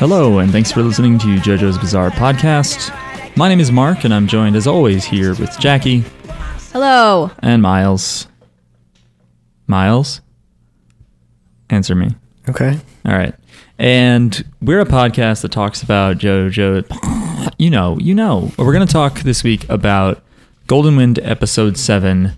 Hello, and thanks for listening to JoJo's Bizarre Podcast. My name is Mark, and I'm joined as always here with Jackie Hello. and Miles. Miles? Answer me. Okay. All right. And we're a podcast that talks about JoJo. You know, you know. We're going to talk this week about Golden Wind Episode 7.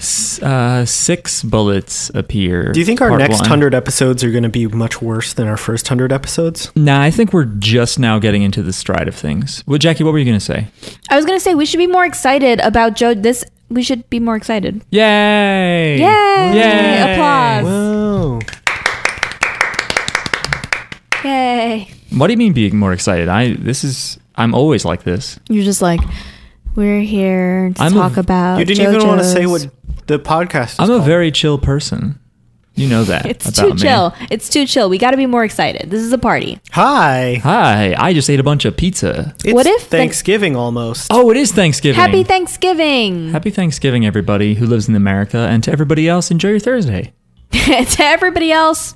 S- uh, six bullets appear. Do you think our part next one. 100 episodes are going to be much worse than our first 100 episodes? Nah, I think we're just now getting into the stride of things. Well, Jackie, what were you going to say? I was gonna say we should be more excited about Joe. This we should be more excited. Yay! Yay! Yay! Applause! Whoa. Yay! What do you mean being more excited? I this is I'm always like this. You're just like, we're here to I'm a- talk about. You didn't even want to say Uh, JoJo's." what the podcast is I'm a called. very chill person. You know that. It's about too me. chill. It's too chill. We got to be more excited. This is a party. Hi. Hi, I just ate a bunch of pizza. It's What if the- Thanksgiving almost. Oh, it is Thanksgiving. Happy Thanksgiving Happy Thanksgiving, everybody who lives in America, and to everybody else, enjoy your Thursday. to everybody else.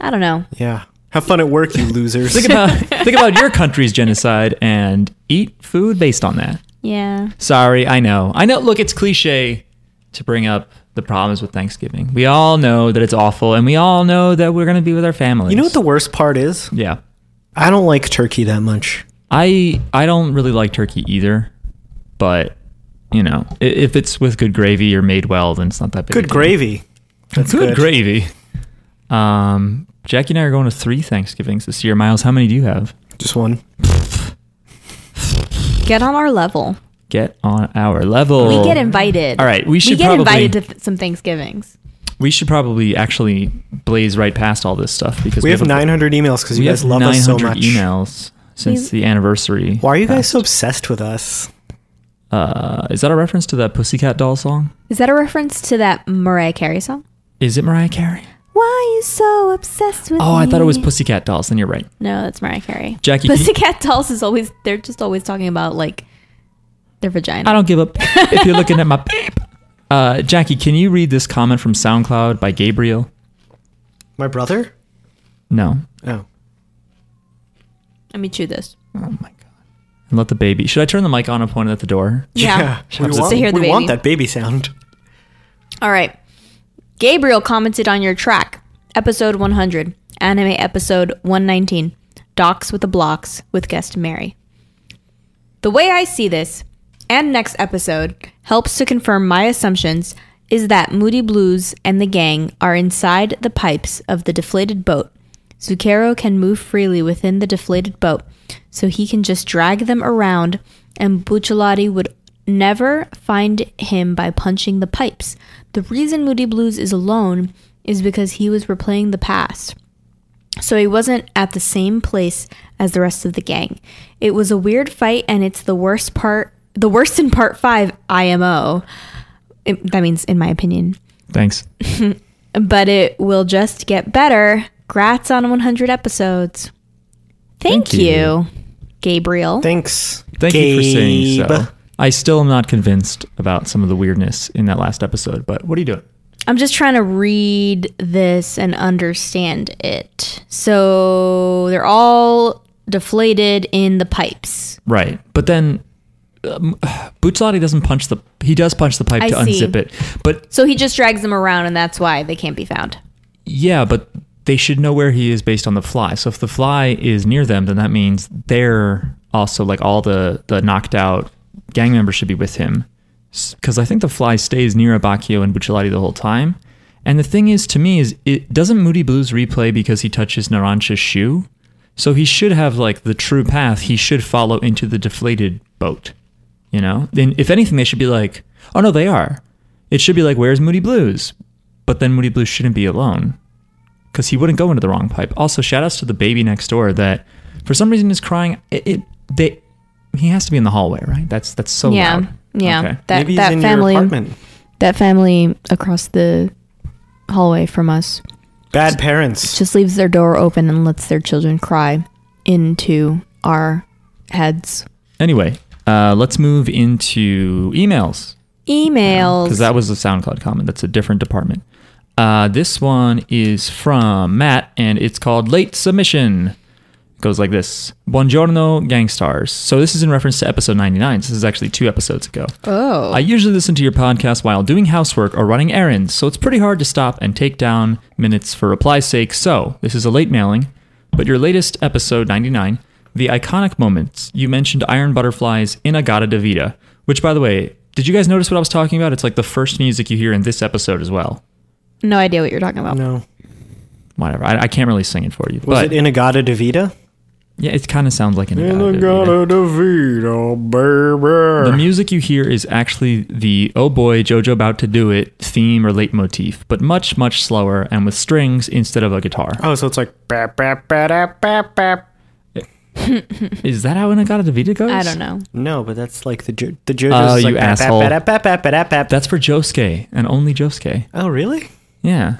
I don't know. Yeah. Have fun at work, you losers. Think about think about your country's genocide and eat food based on that. Yeah. Sorry, I know. I know. Look, it's cliche to bring up the problems with Thanksgiving. We all know that it's awful, and we all know that we're going to be with our families. you know what the worst part is? Yeah, I don't like turkey that much. I I don't really like turkey either, but you know, i- if it's with good gravy or made well, then it's not that big. a Good deal. gravy. That's Good gravy. Um, Jackie and I are going to three Thanksgivings this year. Miles, how many do you have? Just one. Get on our level. Get on our level. We get invited. All right, we should get probably- invited to th- some Thanksgivings. We should probably actually blaze right past all this stuff because We have a- 900 emails because you We guys have love 900 us so much. emails since the anniversary. Why are you guys passed. so obsessed with us? Uh, is that a reference to that Pussycat Doll song? Is that a reference to that Mariah Carey song? Is it Mariah Carey? Why are you so obsessed with Oh, I thought it was me? Pussycat Dolls. Then you're right. No, that's Mariah Carey. Jackie, can you- Pussycat Dolls is always they're just always talking about like their vagina. I don't give up if you're looking at my peep. Uh, Jackie, can you read this comment from SoundCloud by Gabriel? My brother? No. Oh. Let me chew this. Oh my god. And let the baby. Should I turn the mic on and point it at the door? Yeah. We, Just want, to hear the we want baby. that baby sound. All right. Gabriel commented on your track, episode 100, anime episode 119, Docs with the Blocks with guest Mary. The way I see this, and next episode, helps to confirm my assumptions is that Moody Blues and the gang are inside the pipes of the deflated boat. Zucchero can move freely within the deflated boat, so he can just drag them around, and Bucciolotti would never find him by punching the pipes. The reason Moody Blues is alone is because he was replaying the past so he wasn't at the same place as the rest of the gang. It was a weird fight, and it's the worst part, the worst in part five IMO. It- that means, in my opinion, Thanks. but it will just get better. Grats on 100 episodes. Thank, Thank you. you. Gabriel. Thanks. Thank you for saying Gabe. so. I still am not convinced about some of the weirdness in that last episode, but what are you doing? I'm just trying to read this and understand it. So they're all deflated in the pipes. Right. But then um, Bucciolotti doesn't punch the. He does punch the pipe I to see. unzip it. But So he just drags them around, and that's why they can't be found. yeah, but they should know where he is based on the fly. So if the fly is near them, then that means they're also like all the the knocked out gang members should be with him. Because I think the fly stays near Abacchio and Bucciolotti the whole time. And the thing is, to me, is it doesn't Moody Blues replay because he touches Narancha's shoe. So he should have like the true path. He should follow into the deflated boat. You know, then if anything, they should be like, oh no, they are. It should be like, where's Moody Blues? But then Moody Blues shouldn't be alone because he wouldn't go into the wrong pipe. Also, shout outs to the baby next door that for some reason is crying. It, it they he has to be in the hallway, right? That's that's so yeah loud. yeah Okay. that Oh, Maybe he's that in family your apartment. that family across the hallway from us Bad parents. just leaves their door open and lets their children cry into our heads Anyway, uh, let's move into emails. emails because that was a SoundCloud comment. That's a different department. Uh, this one is from Matt, and it's called Late Submission. goes like this Buongiorno, gangstars. So this is in reference to episode 99. So this is actually two episodes ago. Oh. I usually listen to your podcast while doing housework or running errands, so it's pretty hard to stop and take down minutes for reply's sake. So, this is a late mailing, but your latest episode 99, the iconic moments, you mentioned Iron Butterflies in Agata de Vida, which, by the way, did you guys notice what I was talking about? It's like the first music you hear in this episode as well. no idea what you're talking about. No. Whatever. I, I can't really sing it for you. Was but it Inagata Davida? yeah, it kind of sounds like an Agata de Vida. Inagata Davida, The baby. music you hear is actually the oh boy JoJo about to do it theme or leitmotif, but much much slower and with strings instead of a guitar. oh, so it's like. Bap, bap, ba, da, bap, bap. Is that how Inagata Davida goes? I don't know. No, but that's like the jo- the JoJo's. Oh, is like, you bap, bap, asshole. ba, da, bap, bap, ba, da, bap. That's for Josuke and only Josuke. Oh, really? Yeah.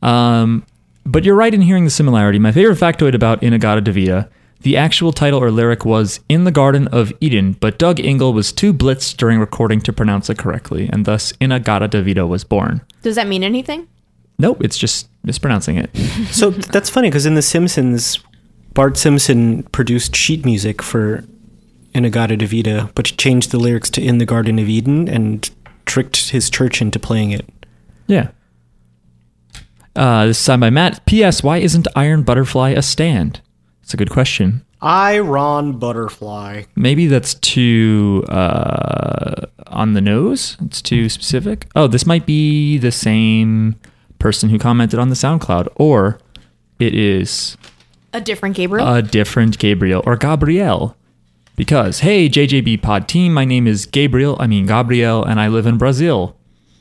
Um, but you're right in hearing the similarity. My favorite factoid about Inagata Davida, the actual title or lyric was In the Garden of Eden, but Doug Ingle was too blitzed during recording to pronounce it correctly, and thus Inagata Davida was born. Does that mean anything? Nope, it's just mispronouncing it. So that's funny because in The Simpsons, Bart Simpson produced sheet music for Inagata Davida, but changed the lyrics to "In the Garden of Eden" and tricked his church into playing it. Yeah. Uh, this is signed by Matt. P.S. Why isn't Iron Butterfly a stand? It's a good question. I Ron Butterfly. Maybe that's too uh, on the nose. It's too specific. Oh, this might be the same person who commented on the SoundCloud, or it is A different Gabriel? a different Gabriel or Gabriel. Because, hey, JJB Pod team, my name is Gabriel, I mean Gabriel, and I live in Brazil.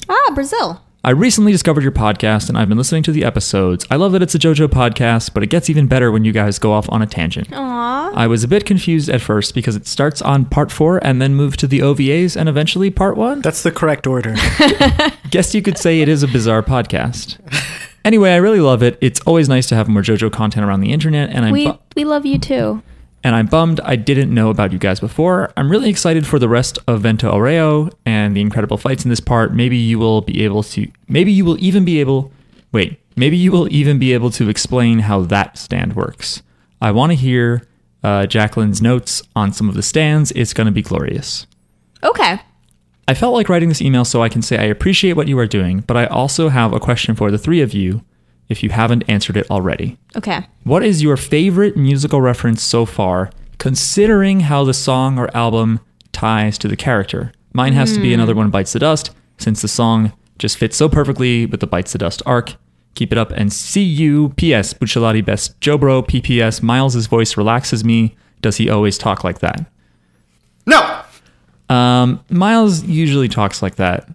ah, Brazil. I recently discovered your podcast and I've been listening to the episodes. I love that it's a JoJo podcast, but it gets even better when you guys go off on a tangent. Aw. I was a bit confused at first because it starts on part four and then moved to the OVAs and eventually part one. That's the correct order. Guess you could say it is a bizarre podcast. Anyway, I really love it. It's always nice to have more JoJo content around the internet, and I'm We bu- we love you too. and I'm bummed I didn't know about you guys before. I'm really excited for the rest of Vento Oreo and the incredible fights in this part. Maybe you will be able to maybe you will even be able wait, maybe you will even be able to explain how that stand works. I want to hear uh, Jacqueline's notes on some of the stands. It's going to be glorious. Okay. I felt like writing this email so I can say I appreciate what you are doing, but I also have a question for the three of you if you haven't answered it already. Okay. What is your favorite musical reference so far, considering how the song or album ties to the character? Mine has to be another one bites the dust, since the song just fits so perfectly with the bites the dust arc. Keep it up and see you. P.S. Bucciolati best Jobro. P.P.S. Miles's voice relaxes me. Does he always talk like that? no. Um, Miles usually talks like that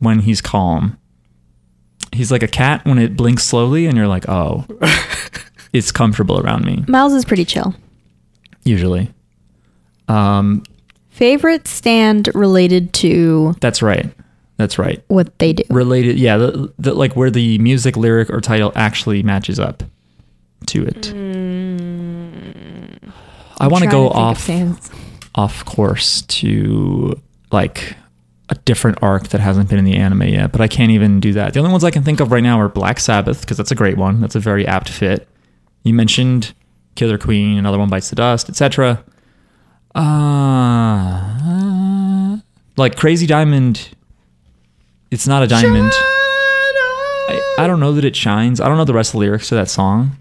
when he's calm. He's like a cat when it blinks slowly, and you're like, oh, it's comfortable around me. Miles is pretty chill. Usually. Um, Favorite stand related to that's right. That's right. what they do. Related, yeah, the, the, like where the music, lyric, or title actually matches up to it. I want to go off off course to like a different arc that hasn't been in the anime yet, but I can't even do that. The only ones I can think of right now are Black Sabbath because that's a great one. That's a very apt fit. You mentioned Killer Queen, another one bites the dust, etc. Uh, like Crazy Diamond. It's not a diamond. I, I don't know that it shines. I don't know the rest of the lyrics to that song.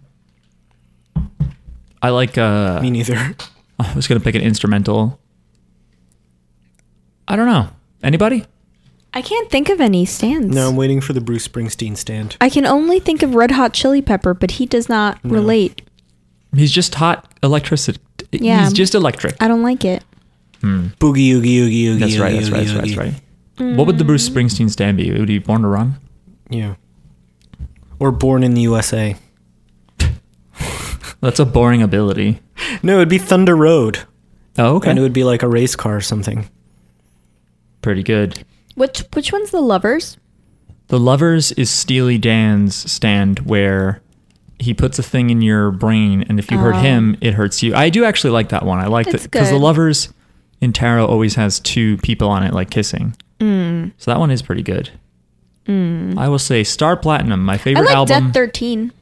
I like uh Me neither. I was gonna pick an instrumental. I don't know. Anybody? I can't think of any stands. No, I'm waiting for the Bruce Springsteen stand. I can only think of Red Hot Chili Pepper, but he does not relate. He's just hot electricity. Yeah. Uh, He's just electric. I don't like it. Boogie, oogie, oogie, oogie. That's right. That's oogie, right. That's right. oogie, That's right. Mm. What would the Bruce Springsteen stand be? Would he be Born to Run? oogie. Yeah. Or born in the USA. That's a boring ability. No, it'd be Thunder Road, Oh, okay. and it would be like a race car or something. Pretty good. Which which one's the lovers? The Lovers is Steely Dan's stand where he puts a thing in your brain, and if you hurt Oh. him, it hurts you. I do actually like that one. I like It's that because the good. Lovers in tarot always has two people on it, like kissing. Mm. So that one is pretty good. I will say Star Platinum, my I favorite like album, Death Thirteen.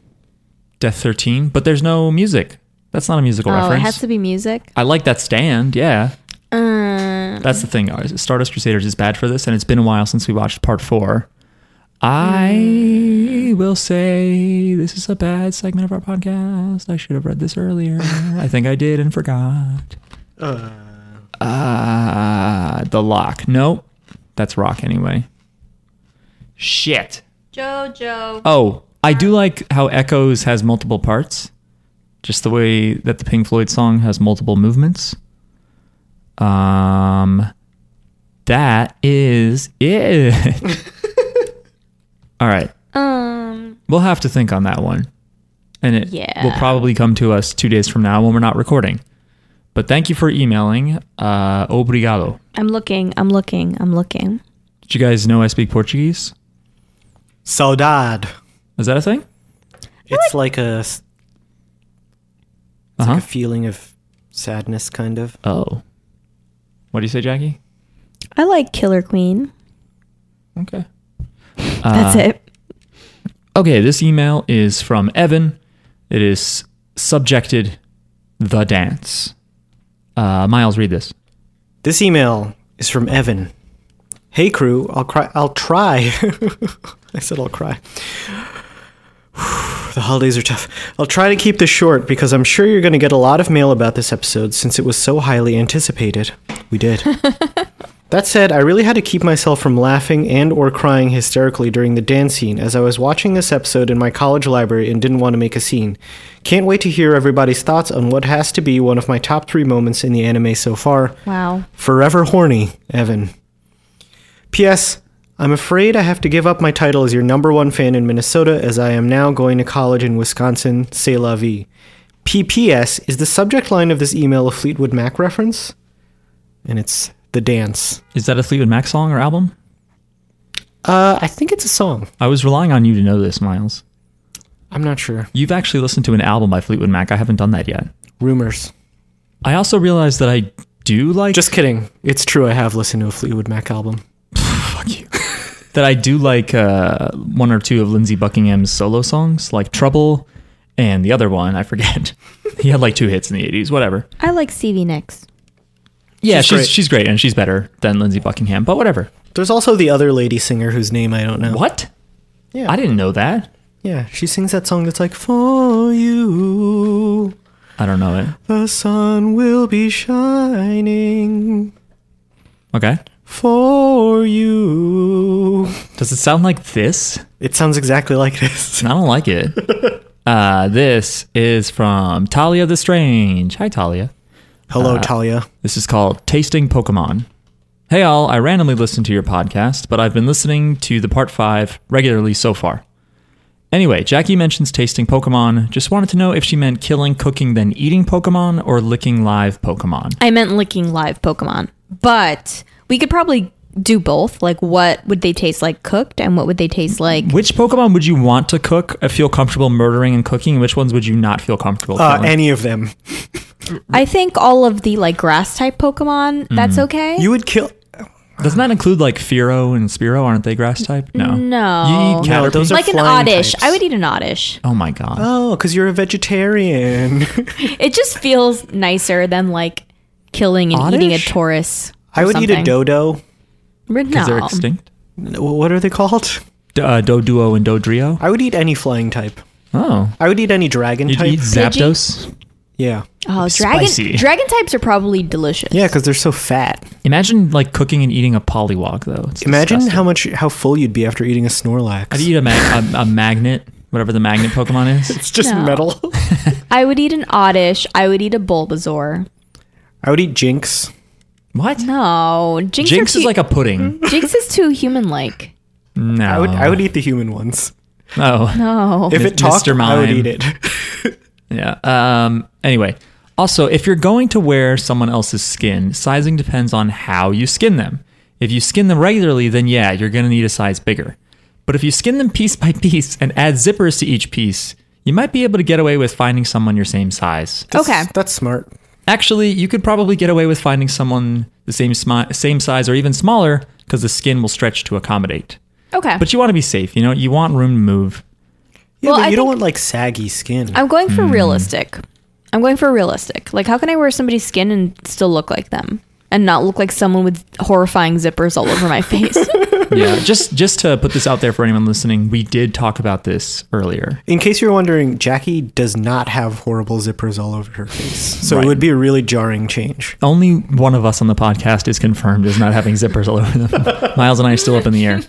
Death Thirteen, but there's no music. That's not a musical Oh, reference. it has to be music. I like that stand. Yeah. Um, That's the thing. uh, Stardust Crusaders is bad for this, and it's been a while since we watched part four. I will say this is a bad segment of our podcast. I should have read this earlier. I think I did and forgot. Ah, the lock. Nope. That's rock anyway. Shit. JoJo. Oh, I do like how Echoes has multiple parts, just the way that the Pink Floyd song has multiple movements. Um, that is it. All right, Um, we'll have to think on that one, and it Yeah. will probably come to us two days from now when we're not recording. But thank you for emailing. Uh, obrigado. I'm looking. I'm looking. I'm looking. Did you guys know I speak Portuguese? Saudade. Is that a thing? It's like a it's Uh like huh. a feeling of sadness, kind of. Oh, what do you say, Jackie? I like Killer Queen. Okay. Ah. That's it. Okay, this email is from Evan. It is subjected The Dance. Uh, Miles, read this. This email is from Evan. Hey crew, I'll cry. I'll try. I said I'll cry. the holidays are tough. I'll try to keep this short because I'm sure you're going to get a lot of mail about this episode since it was so highly anticipated. We did. that said, I really had to keep myself from laughing and or crying hysterically during the dance scene as I was watching this episode in my college library and didn't want to make a scene. Can't wait to hear everybody's thoughts on what has to be one of my top 3 moments in the anime so far. Wow. Forever horny, Evan. P.S. I'm afraid I have to give up my title as your number one fan in Minnesota as I am now going to college in Wisconsin, c'est la vie. PPS, is the subject line of this email a Fleetwood Mac reference? And it's the dance. Is that a Fleetwood Mac song or album? Uh, I think it's a song. I was relying on you to know this, Miles. I'm not sure. You've actually listened to an album by Fleetwood Mac. I haven't done that yet. Rumors. I also realized that I do like Just kidding. It's true. I have listened to a Fleetwood Mac album. fuck you. that I do like uh, one or two of Lindsey Buckingham's solo songs, like Trouble and the other one, I forget. he had like two hits in the 80s, whatever. I like Stevie Nicks. Yeah, She's she's great. she's great and she's better than Lindsey Buckingham, but whatever. There's also the other lady singer whose name I don't know. What? Yeah. I didn't know that. Yeah, she sings that song that's like, For you. I don't know it. The sun will be shining Okay. for you. Does it sound like this? It sounds exactly like this. I don't like it. uh, this is from Talia the Strange. Hi, Talia. Uh, Hello, Talia. This is called Tasting Pokemon. Hey, all. I randomly listened to your podcast, but I've been listening to the part five regularly so far. Anyway, Jackie mentions tasting Pokemon. Just wanted to know if she meant killing, cooking, then eating Pokemon or licking live Pokemon. I meant licking live Pokemon, but we could probably do both. Like, what would they taste like cooked, and what would they taste like? Which Pokemon would you want to cook, uh, feel comfortable murdering and cooking? and Which ones would you not feel comfortable Uh, killing? any of them. I think all of the like grass type Pokemon. That's okay. Mm. You would kill. Doesn't that include like Firo and Spiro? Aren't they grass type? uh, No. No. You eat No, Caterpie? those are- like an flying oddish. types. I would eat an oddish. oh my god. Oh, because you're a vegetarian. It just feels nicer than like killing and eating a Oddish? Taurus. or I would eat a something. dodo. No. Because they're extinct. N- What are they called? D- uh, Doduo and Dodrio. I would eat any flying type. Oh. I would eat any dragon You'd type. eat Zapdos. yeah. Oh, Spicy. dragon dragon types are probably delicious. Yeah, because they're so fat. Imagine like cooking and eating a Poliwag though. It's Imagine disgusting. how much how full you'd be after eating a Snorlax. I'd eat a, mag- a, a magnet, whatever the magnet Pokemon is. it's just No. metal. I would eat an oddish. I would eat a Bulbasaur. I would eat Jinx. What? No, Jinx, are Jinx is cute- Hmm. like a pudding. Jinx is too human like. No. I would I Uh. would eat the human ones. Oh. No. If Mis- it talked, Mr. I would Mime. eat it. Yeah. Um, anyway, also, if you're going to wear someone else's skin, sizing depends on how you skin them. If you skin them regularly, then yeah, you're going to need a size bigger. But if you skin them piece by piece and add zippers to each piece, you might be able to get away with finding someone your same size. Okay. That's smart. Actually, you could probably get away with finding someone the same smi- same size or even smaller because the skin will stretch to accommodate. Okay. But you want to be safe, you know. You want room to move. Yeah, Well, but I you don't think- want like saggy skin. Hmm. I'm going for realistic. I'm going for realistic. Like, how can I wear somebody's skin and still look like them and not look like someone with horrifying zippers all over my face? yeah, just just to put this out there for anyone listening, we did talk about this earlier. In case you're wondering, Jackie does not have horrible zippers all over her face. So Right. it would be a really jarring change. Only one of us on the podcast is confirmed as not having zippers all over them. Miles and I are still up in the air.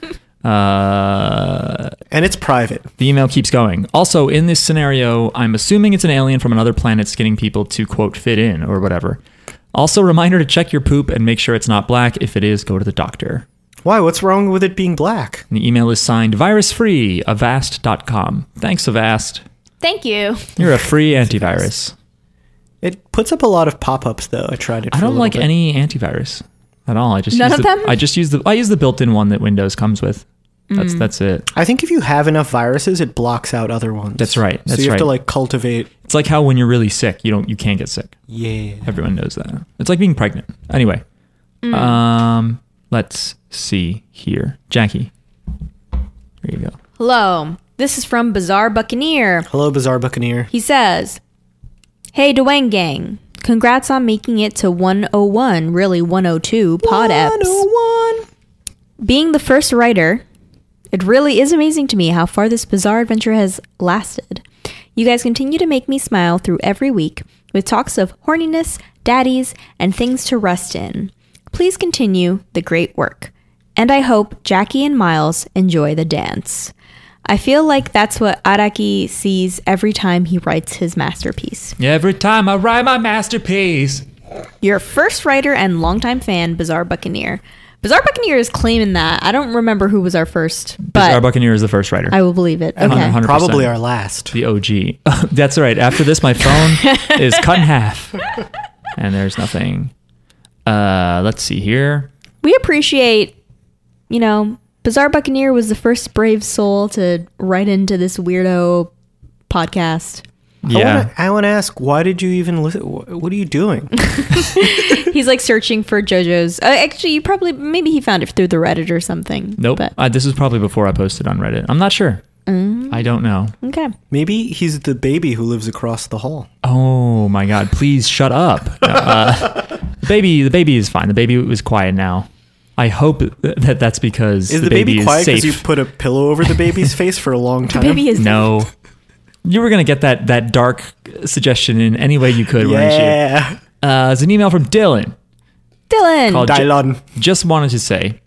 Uh, And it's private. the email keeps going. Also, in this scenario, I'm assuming it's an alien from another planet skinning people to quote fit in or whatever. Also, reminder to check your poop and make sure it's not black. If it is, go to the doctor. Why? What's wrong with it being black? And the email is signed virus free, avast.com. Thanks, Avast. Thank you. You're a free antivirus. It puts up a lot of pop ups, though. I tried it. For I a don't little like bit. any antivirus at all. I just None use of the, them? I just use the I use the built-in one that Windows comes with. That's that's it. I think if you have enough viruses, it blocks out other ones. That's right, so that's you have to right. like cultivate. It's like how when you're really sick, you don't you can't get sick. Yeah. Everyone knows that. It's like being pregnant. Anyway, Mm. um, let's see here, Jackie. There you go. Hello. This is from Bizarre Buccaneer. Hello, Bizarre Buccaneer. He says, Hey, Dwayne Gang. Congrats on making it to 101, really 102 pod eps. oh Being the first writer, it really is amazing to me how far this bizarre adventure has lasted. You guys continue to make me smile through every week with talks of horniness, daddies, and things to rest in. Please continue the great work. And I hope Jackie and Miles enjoy the dance. I feel like that's what Araki sees every time he writes his masterpiece. Every time I write my masterpiece, Your first writer and longtime fan, Bizarre Buccaneer. Bizarre Buccaneer is claiming that. I don't remember who was our first, but our Buccaneer is the first writer. I will believe it. Okay. 100%. Probably our last. the OG. That's right. After this, my phone is cut in half, and there's nothing. Uh, let's see here. We appreciate, you know, Bizarre Buccaneer was the first brave soul to write into this weirdo podcast. Yeah, I want to ask, why did you even listen? wh- What are you doing? He's like searching for JoJo's. Uh, actually, you probably, maybe he found it through the Reddit or something. nope. But, Mm. Uh, this is probably before I posted on Reddit. I'm not sure. I don't know. okay. Maybe he's the baby who lives across the hall. Oh my God! Please shut up. No, uh, the baby, the baby is fine. The baby is quiet now. I hope that that's because Is the, baby, baby, is quiet safe. because you put a pillow over the baby's face for a long time? Baby is. no, you were gonna get that that dark suggestion in any way you could, weren't you? yeah, Uh, it's an email from Dylan. Dylan. Called- Dylan. Just wanted to say,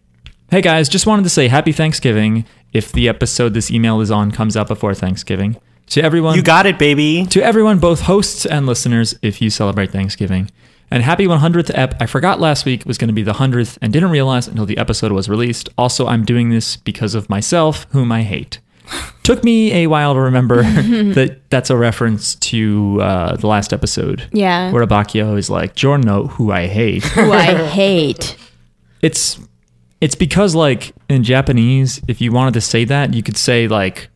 hey guys, just wanted to say happy Thanksgiving. If the episode this email is on comes out before Thanksgiving, to everyone, You got it, baby. to everyone, both hosts and listeners, if you celebrate Thanksgiving. And happy 100th ep. I forgot last week was going to be the 100th and didn't realize until the episode was released. Also, I'm doing this because of myself, whom I hate. Took me a while to remember that that's a reference to uh, the last episode. Yeah. Where Abacchio is like, Giorno, who I hate who I hate. it's it's because like in Japanese, if you wanted to say that, you could say like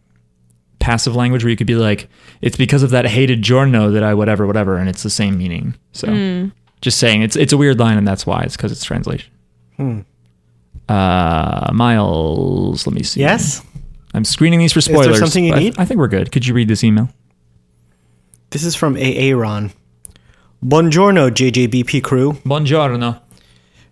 passive language where you could be like, it's because of that hated giorno that I whatever whatever, and it's the same meaning. So Hmm. just saying it's it's a weird line, and that's why it's because it's translation. Hmm. Uh, Miles, let me see. Yes. I'm screening these for there spoilers. something you but I- need? I think we're good. Could you read this email? This is from Aaron. Buongiorno, JJBP crew. Buongiorno.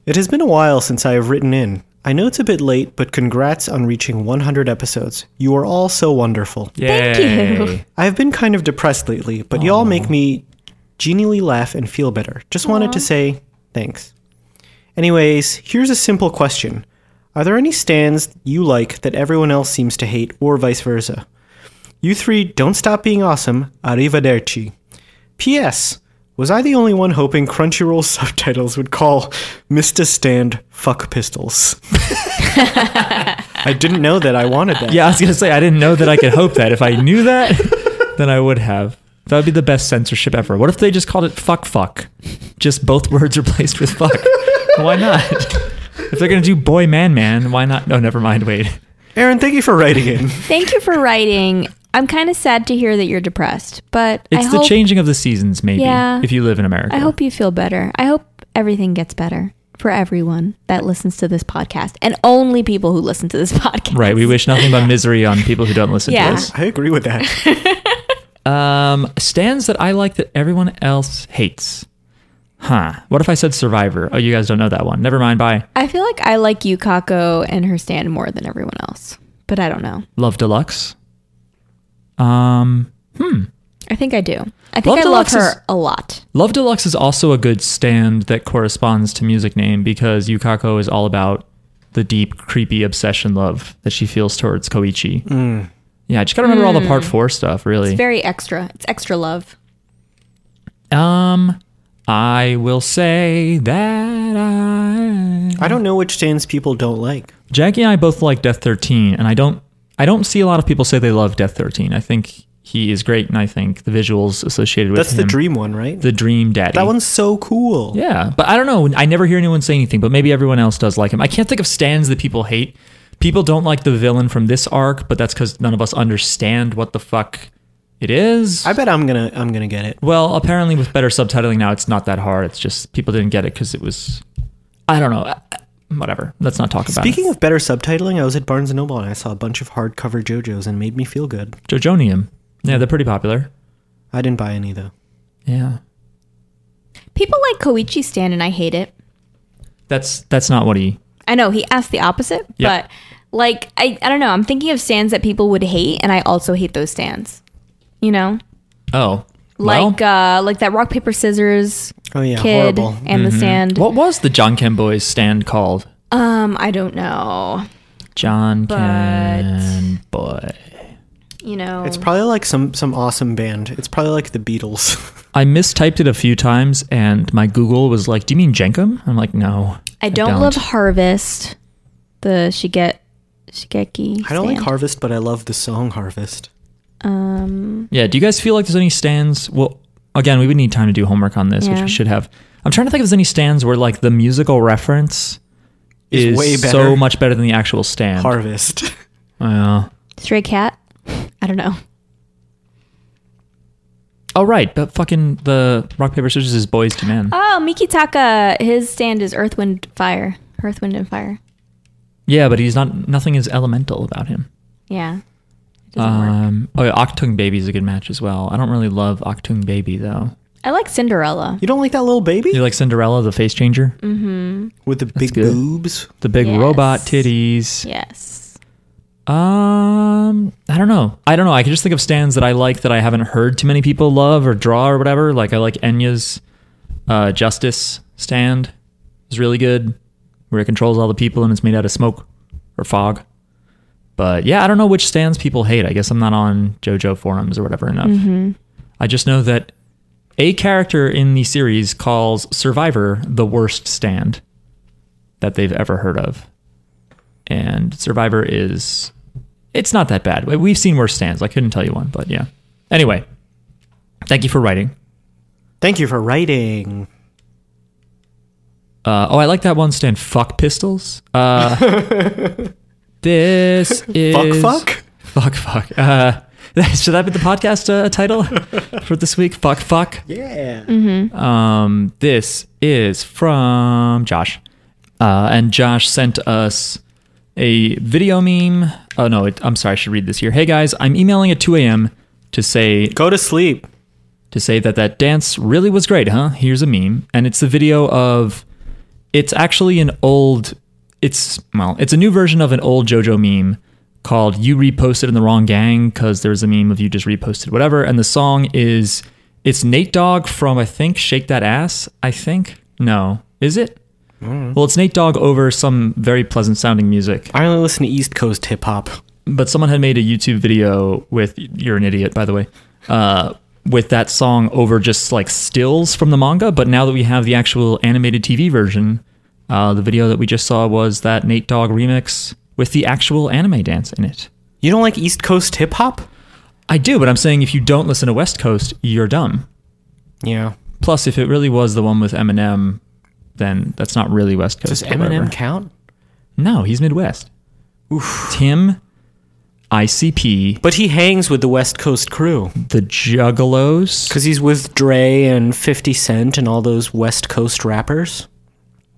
It has been a while since I have written in. I know it's a bit late, but congrats on reaching 100 episodes. You are all so wonderful. Yay. Thank you. I have been kind of depressed lately, but y'all make me genially laugh and feel better. Just wanted to say thanks. Anyways, here's a simple question Are there any stands you like that everyone else seems to hate, or vice versa? You three don't stop being awesome. Arrivederci. P.S. Was I the only one hoping Crunchyroll subtitles would call Mr. Stand fuck pistols? I didn't know that I wanted that. Yeah, I was gonna say I didn't know that I could hope that. If I knew that, then I would have. That would be the best censorship ever. What if they just called it fuck fuck? Just both words replaced with fuck. why not? If they're gonna do boy man man, why not? No, never mind. Wait. Aaron, thank you for writing in. Thank you for writing. I'm kind of sad to hear that you're depressed, but It's I the hope changing of the seasons, maybe. Yeah. If you live in America. I hope you feel better. I hope everything gets better for everyone that listens to this podcast and only people who listen to this podcast. Right. We wish nothing but misery on people who don't listen Yeah. to us. I agree with that. Um, stands that I like that everyone else hates. Huh. What if I said Survivor? Oh, you guys don't know that one. Never mind. Bye. I feel like I like Yukako and her stand more than everyone else, but I don't know. Love Deluxe. Um, I think I do. I think Love I love Deluxe her is- a lot. Love Deluxe is also a good stand that corresponds to music name because Yukako is all about the deep, creepy obsession love that she feels towards Koichi. Mm. Yeah, I just gotta remember all the part four stuff, really. Mm. It's very extra. It's extra love. um, I will say that I I don't know which stands people don't like. Jackie and I both like Death Thirteen, and I don't I don't see a lot of people say they love Death Thirteen. I think he is great, and I think the visuals associated with That's the him- dream one, right? the dream daddy. that one's so cool. Yeah, but I don't know. I never hear anyone say anything, but maybe everyone else does like him. I can't think of stands that people hate. People don't like the villain from this arc, but that's because none of us understand what the fuck it is. I bet I'm gonna I'm gonna get it. well, apparently with better subtitling now, it's not that hard. It's just people didn't get it because it was, I don't know, Uh, whatever. Let's not talk about Speaking it. of better subtitling, I was at Barnes and Noble and I saw a bunch of hardcover JoJo's and made me feel good. Jojonium. Yeah, they're pretty popular. I didn't buy any though. Yeah, People like Koichi stand and I hate it. that's that's not what he. I know he asked the opposite, Yeah. but like I, I don't know. I'm thinking of stands that people would hate, and I also hate those stands. You know, Oh, well, like uh, like that rock paper scissors Oh yeah, kid horrible. Mm-hmm. and the stand. what was the John Ken Boys stand called? Um, I don't know. John But- Ken Boy. You know, It's probably like some some awesome band. It's probably like the Beatles. I mistyped it a few times, and my Google was like, "Do you mean Jenkum?" I'm like, "No, I don't, love Harvest. The Shiget Shigeki. I don't like stand. Harvest, but I love the song Harvest. Um, Yeah. Do you guys feel like there's any stands? Well, again, we would need time to do homework on this, which Yeah. we should have. I'm trying to think if there's any stands where like the musical reference Is is way better. so much better than the actual stand. Uh, Harvest. Yeah. Stray Cat. I don't know. oh right, but fucking the rock paper scissors is boys to men. Oh, Miki Taka. His stand is Earth, Wind, Fire. Earth, Wind, and Fire. yeah, but he's not. Nothing is elemental about him. Yeah. It doesn't work. Um, oh, yeah, Octung Baby is a good match as well. I don't really love Octung Baby though. I like Cinderella. You don't like that little baby You like Cinderella, the face changer, with the big good. boobs? the big robot Mm, Yes. titties. Yes. Um, I don't know. I don't know. I can just think of stands that I like that I haven't heard too many people love or draw or whatever. Like I like Enya's uh, Justice stand. It's really good, where it controls all the people and it's made out of smoke or fog. But yeah, I don't know which stands people hate. I guess I'm not on JoJo forums or whatever enough. I just know that a character in the series calls Survivor the worst stand that they've ever heard of. And Survivor is it's not that bad. We've seen worse stands. I couldn't tell you one, but yeah. Anyway, thank you for writing. Thank you for writing. Uh, oh, I like that one stand. Fuck pistols. Uh, this is Fuck fuck. fuck fuck. Uh, should that be the podcast uh, title for this week? Fuck fuck. Yeah. Um, this is from Josh, uh, and Josh sent us a video meme. Oh no, it, I'm sorry. I should read this here. Hey guys, I'm emailing at 2 a.m. to say Go to sleep. to say that that dance really was great, huh? Here's a meme, and it's the video of it's actually an old it's well, it's a new version of an old JoJo meme called "You Reposted in the Wrong Gang" because there's a meme of you just reposted whatever, and the song is it's Nate Dogg from I think "Shake That Ass." I think no, is it? Well, it's Nate Dogg over some very pleasant sounding music I only listen to East Coast hip hop. but someone had made a YouTube video with "You're an idiot," by the way, uh, with that song over just like stills from the manga. But now that we have the actual animated TV version, uh, the video that we just saw was that Nate Dogg remix with the actual anime dance in it. You don't like East Coast hip hop? I do, but I'm saying if you don't listen to West Coast, you're dumb. Yeah. Plus, if it really was the one with Eminem, then that's not really West Coast. Does or whatever. Eminem count? No, he's Midwest. Oof. Tim, ICP, But he hangs with the West Coast crew the Juggalos. because he's with Dre and 50 Cent and all those West Coast rappers.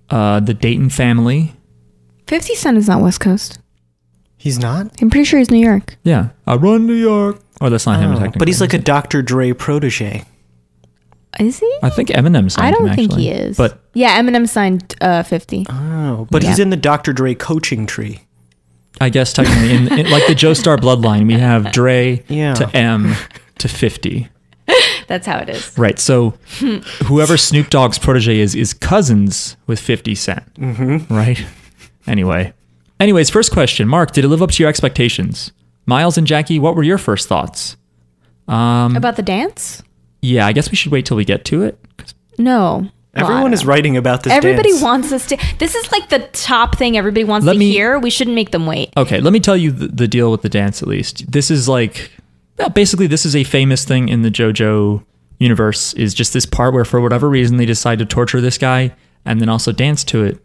uh, the Dayton family. 50 Cent is not West Coast. He's not? I'm pretty sure he's New York. Yeah. I run New York. Or that's not him Oh, technically. but he's like a is it? Dr. Dre protege. Is he? I think Eminem signed I don't him, think actually. he is. But yeah, Eminem signed uh, 50. Oh, but he's Yeah. in the Dr. Dre coaching tree. I guess technically, in, in- like the Joe Star bloodline, we have Dre Yeah. to M to 50. That's how it is. Right. So whoever Snoop Dogg's protege is, is cousins with 50 cents Mm-hmm. Right. Anyway. Anyways, first question Mark, did it live up to your expectations? Miles and Jackie, what were your first thoughts? Um, About the dance? yeah, I guess we should wait till we get to it. 'Cause- No. Well, I Everyone don't is know. writing about this. Everybody dance. wants us to. This is like the top thing everybody wants Let to me- hear. We shouldn't make them wait. Okay, let me tell you the, the deal with the dance at least. This is like well, basically this is a famous thing in the JoJo universe is just this part where for whatever reason they decide to torture this guy and then also dance to it.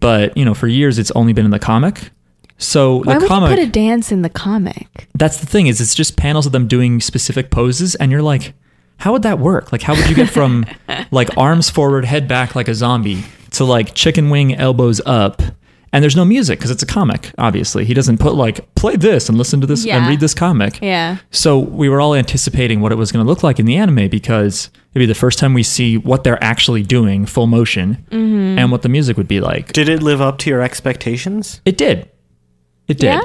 But, you know, for years it's only been in the comic. So Why the would comic you put a dance in the comic? that's the thing is it's just panels of them doing specific poses and you're like how would that work like how would you get from like arms forward head back like a zombie to like chicken wing elbows up and there's no music because it's a comic obviously he doesn't put like play this and listen to this and Yeah. read this comic Yeah. so we were all anticipating what it was going to look like in the anime because it'd be the first time we see what they're actually doing full motion Mm-hmm. and what the music would be like Did it live up to your expectations? it did. It did. Yeah?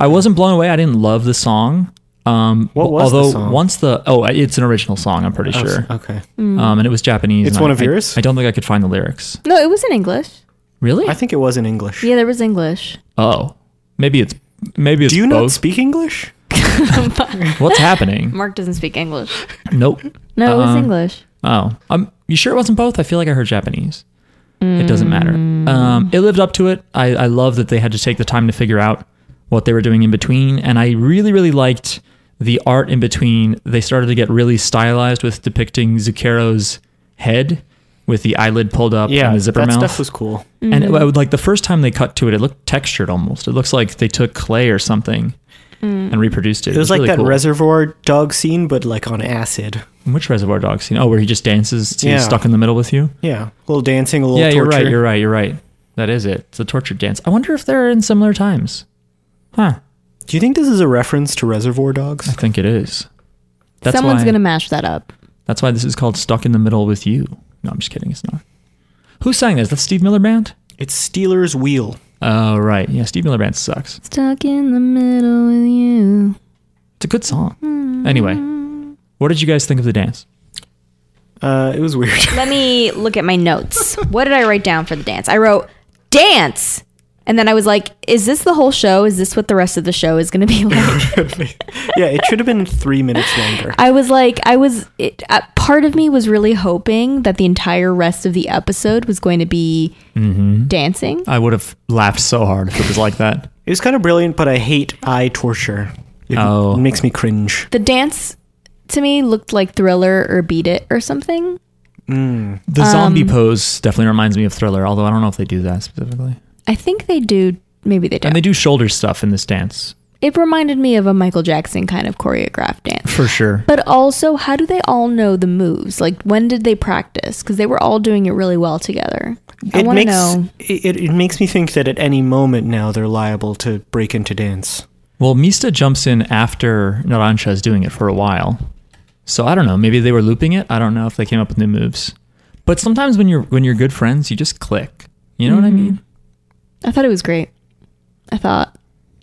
I wasn't blown away. I didn't love the song. Um, What but was the although song? once the oh, it's an original song. I'm pretty sure. Okay. Um, and it was Japanese. It's and one I- of I- yours? I, don't think I could find the lyrics. No, it was in English. Really? I think it was in English. Yeah, there was English. oh, maybe it's maybe it's Do you not both. speak English? What's happening? Mark doesn't speak English. nope. No, it was Uh-uh. English. Oh, um, you sure it wasn't both? I feel like I heard Japanese. It doesn't matter. Um, it lived up to it. I, I love that they had to take the time to figure out what they were doing in between, and I really, really liked the art in between. They started to get really stylized with depicting Zucchero's head with the eyelid pulled up and the zipper that mouth. stuff was cool. and it, I would- like the first time they cut to it, it looked textured almost. It looks like they took clay or something and reproduced it. It was like really that cool. Reservoir Dog scene, but like on acid. Which Reservoir Dogs scene? Oh, where he just dances to Yeah. "Stuck in the Middle with You." Yeah, a little dancing, a little yeah, torture. you're right. You're right. You're right. That is it. It's a torture dance. I wonder if they're in similar times. Huh. Do you think this is a reference to Reservoir Dogs? I think it is. That's Someone's why, gonna mash that up. That's why this is called "Stuck in the Middle with You." No, I'm just kidding. It's not. Who sang this? That's Steve Miller Band. It's Steeler's Wheel. Oh right, yeah. Steve Miller Band sucks. Stuck in the middle with you. It's a good song. Anyway, what did you guys think of the dance? Uh, it was weird. Let me look at my notes. What did I write down for the dance? I wrote dance. And then I was like, is this the whole show? Is this what the rest of the show is going to be like? yeah, it should have been three minutes longer. I was like, I was, it, uh, part of me was really hoping that the entire rest of the episode was going to be Mm-hmm. dancing. I would have laughed so hard if it was like that. It was kind of brilliant, but I hate eye torture. It Oh. makes me cringe. The dance to me looked like Thriller or Beat It or something. The zombie pose definitely reminds me of Thriller, although I don't know if they do that specifically. I think they do, maybe they do. And they do shoulder stuff in this dance it reminded me of a Michael Jackson kind of choreographed dance. for sure. But also, how do they all know the moves? Like, when did they practice? Because they were all doing it really well together. I it want to makes know. It, it makes me think that at any moment now they're liable to break into dance. Well, Mista jumps in after Naranja is doing it for a while. So I don't know. Maybe they were looping it. I don't know if they came up with new moves. But sometimes when you're when you're good friends, you just click. You know what I mean? I thought it was great. I thought,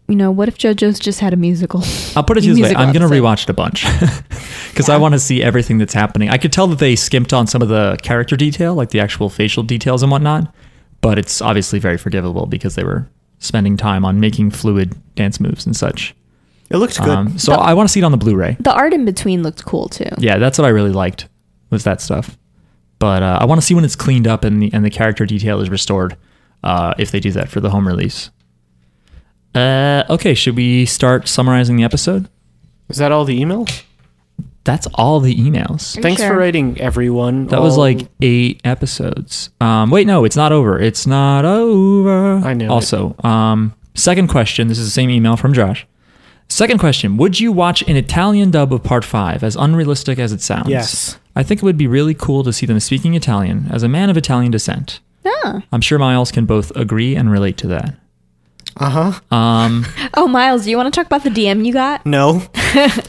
you know, what if JoJo's just had a musical? I'll put it this way: Musical I'm gonna episode. rewatch it a bunch because I want to see everything that's happening. I could tell that they skimped on some of the character detail, like the actual facial details and whatnot. But it's obviously very forgivable because they were spending time on making fluid dance moves and such. It looked good. Um, so I want to see it on the Blu-ray. the art in between looked cool too. yeah, that's what I really liked was that stuff. But uh, I want to see when it's cleaned up and the and the character detail is restored. Uh, if they do that for the home release. Uh, okay, should we start summarizing the episode? Is that all the emails? That's all the emails. you Thanks sure? for writing, everyone. Um, That was All- like eight episodes. Um, wait, no, it's not over. It's not over. I knew it. Also, um, second question. This is the same email from Josh. Second question: Would you watch an Italian dub of Part Five? As unrealistic as it sounds, Yes. I think it would be really cool to see them speaking Italian. As a man of Italian descent, Ah, I'm sure Miles can both agree and relate to that. Uh huh. Um, Oh, Miles, do you want to talk about the DM you got? No.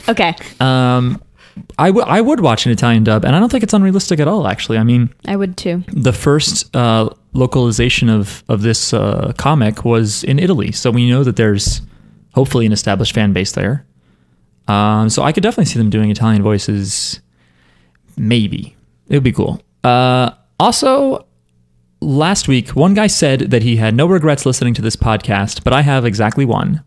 Okay, um, I, w- I would watch an Italian dub, and I don't think it's unrealistic at all, actually. I mean, I would too. the first uh, localization of, of this uh, comic was in Italy. So we know that there's hopefully an established fan base there. Um, so I could definitely see them doing Italian voices. Maybe. It would be cool. Uh, also, last week, one guy said that he had no regrets listening to this podcast, but I have exactly one.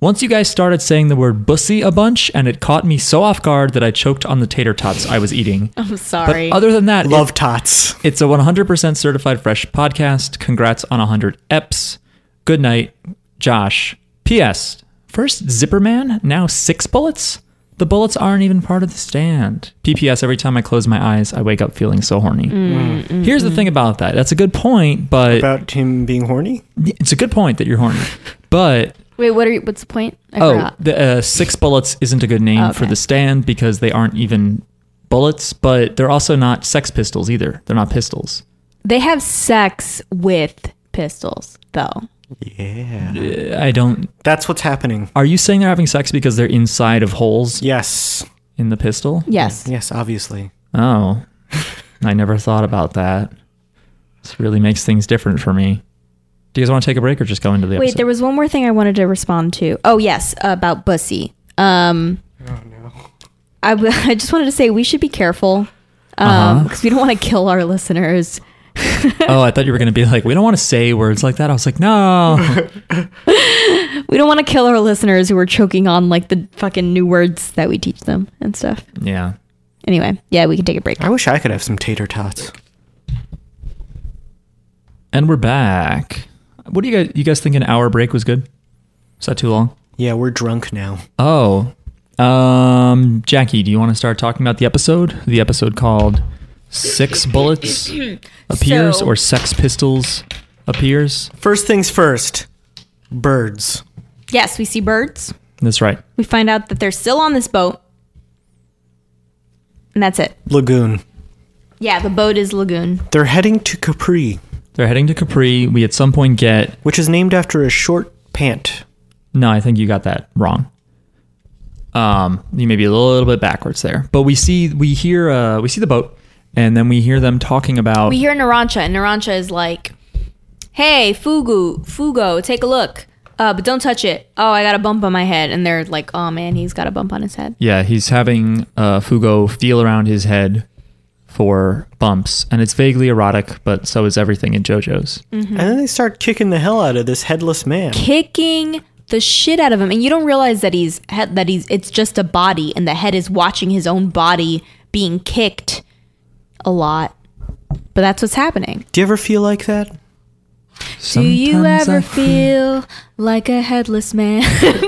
Once you guys started saying the word bussy a bunch, and it caught me so off guard that I choked on the tater tots I was eating. I'm But sorry. other than that, it- Love tots. it's a 100% certified fresh podcast. Congrats on 100 eps. Good night, Josh. P.S. First Zipperman, now six bullets? The bullets aren't even part of the stand. P.P.S. Every time I close my eyes, I wake up feeling so horny. Here's the thing about that. That's a good point, but About him being horny? it's a good point that you're horny. But Wait, what are you, what's the point? I Oh, forgot. the, uh, six bullets isn't a good name for Okay. the stand because they aren't even bullets, but they're also not sex pistols either. They're not pistols. They have sex with pistols, though. Yeah. Uh, I don't. That's what's happening. Are you saying they're having sex because they're inside of holes Yes. in the pistol? Yes. Yes, obviously. Oh, I never thought about that. This really makes things different for me. Do you guys want to take a break or just go into the Wait, episode? there was one more thing I wanted to respond to. Oh yes, about bussy. Um, Oh, I w- I just wanted to say we should be careful because Uh-huh. we don't want to kill our listeners. oh, I thought you were going to be like, we don't want to say words like that. I was like, no. We don't want to kill our listeners who are choking on like the fucking new words that we teach them and stuff. yeah. Anyway, yeah, we can take a break. I wish I could have some tater tots. And we're back. What do you guys? You guys think an hour break was good? Is that too long? Yeah, we're drunk now. Oh, um, Jackie, do you want to start talking about the episode? The episode called Six Bullets Appears So- or Sex Pistols Appears? First things first birds. Yes, we see birds. That's right. We find out that they're still on this boat, and that's it. Lagoon. Yeah, the boat is lagoon. They're heading to Capri, They're heading to Capri. We at some point get. which is named after a short pant. No, I think you got that wrong. Um, you may be a little bit backwards there, but we see we hear uh, we see the boat, and then we hear them talking about. we hear Narancha, and Narancha is like, "Hey, Fugu, Fugo, take a look, uh, but don't touch it. Oh, I got a bump on my head." And they're like, "Oh man, he's got a bump on his head." Yeah, he's having uh, Fugo feel around his head for bumps, and it's vaguely erotic, but so is everything in JoJo's. And then they start kicking the hell out of this headless man. Kicking the shit out of him, and you don't realize that he's head that he's it's just a body, and the head is watching his own body being kicked a lot. But that's what's happening. Do you ever feel like that? Do you Sometimes ever I feel like a headless man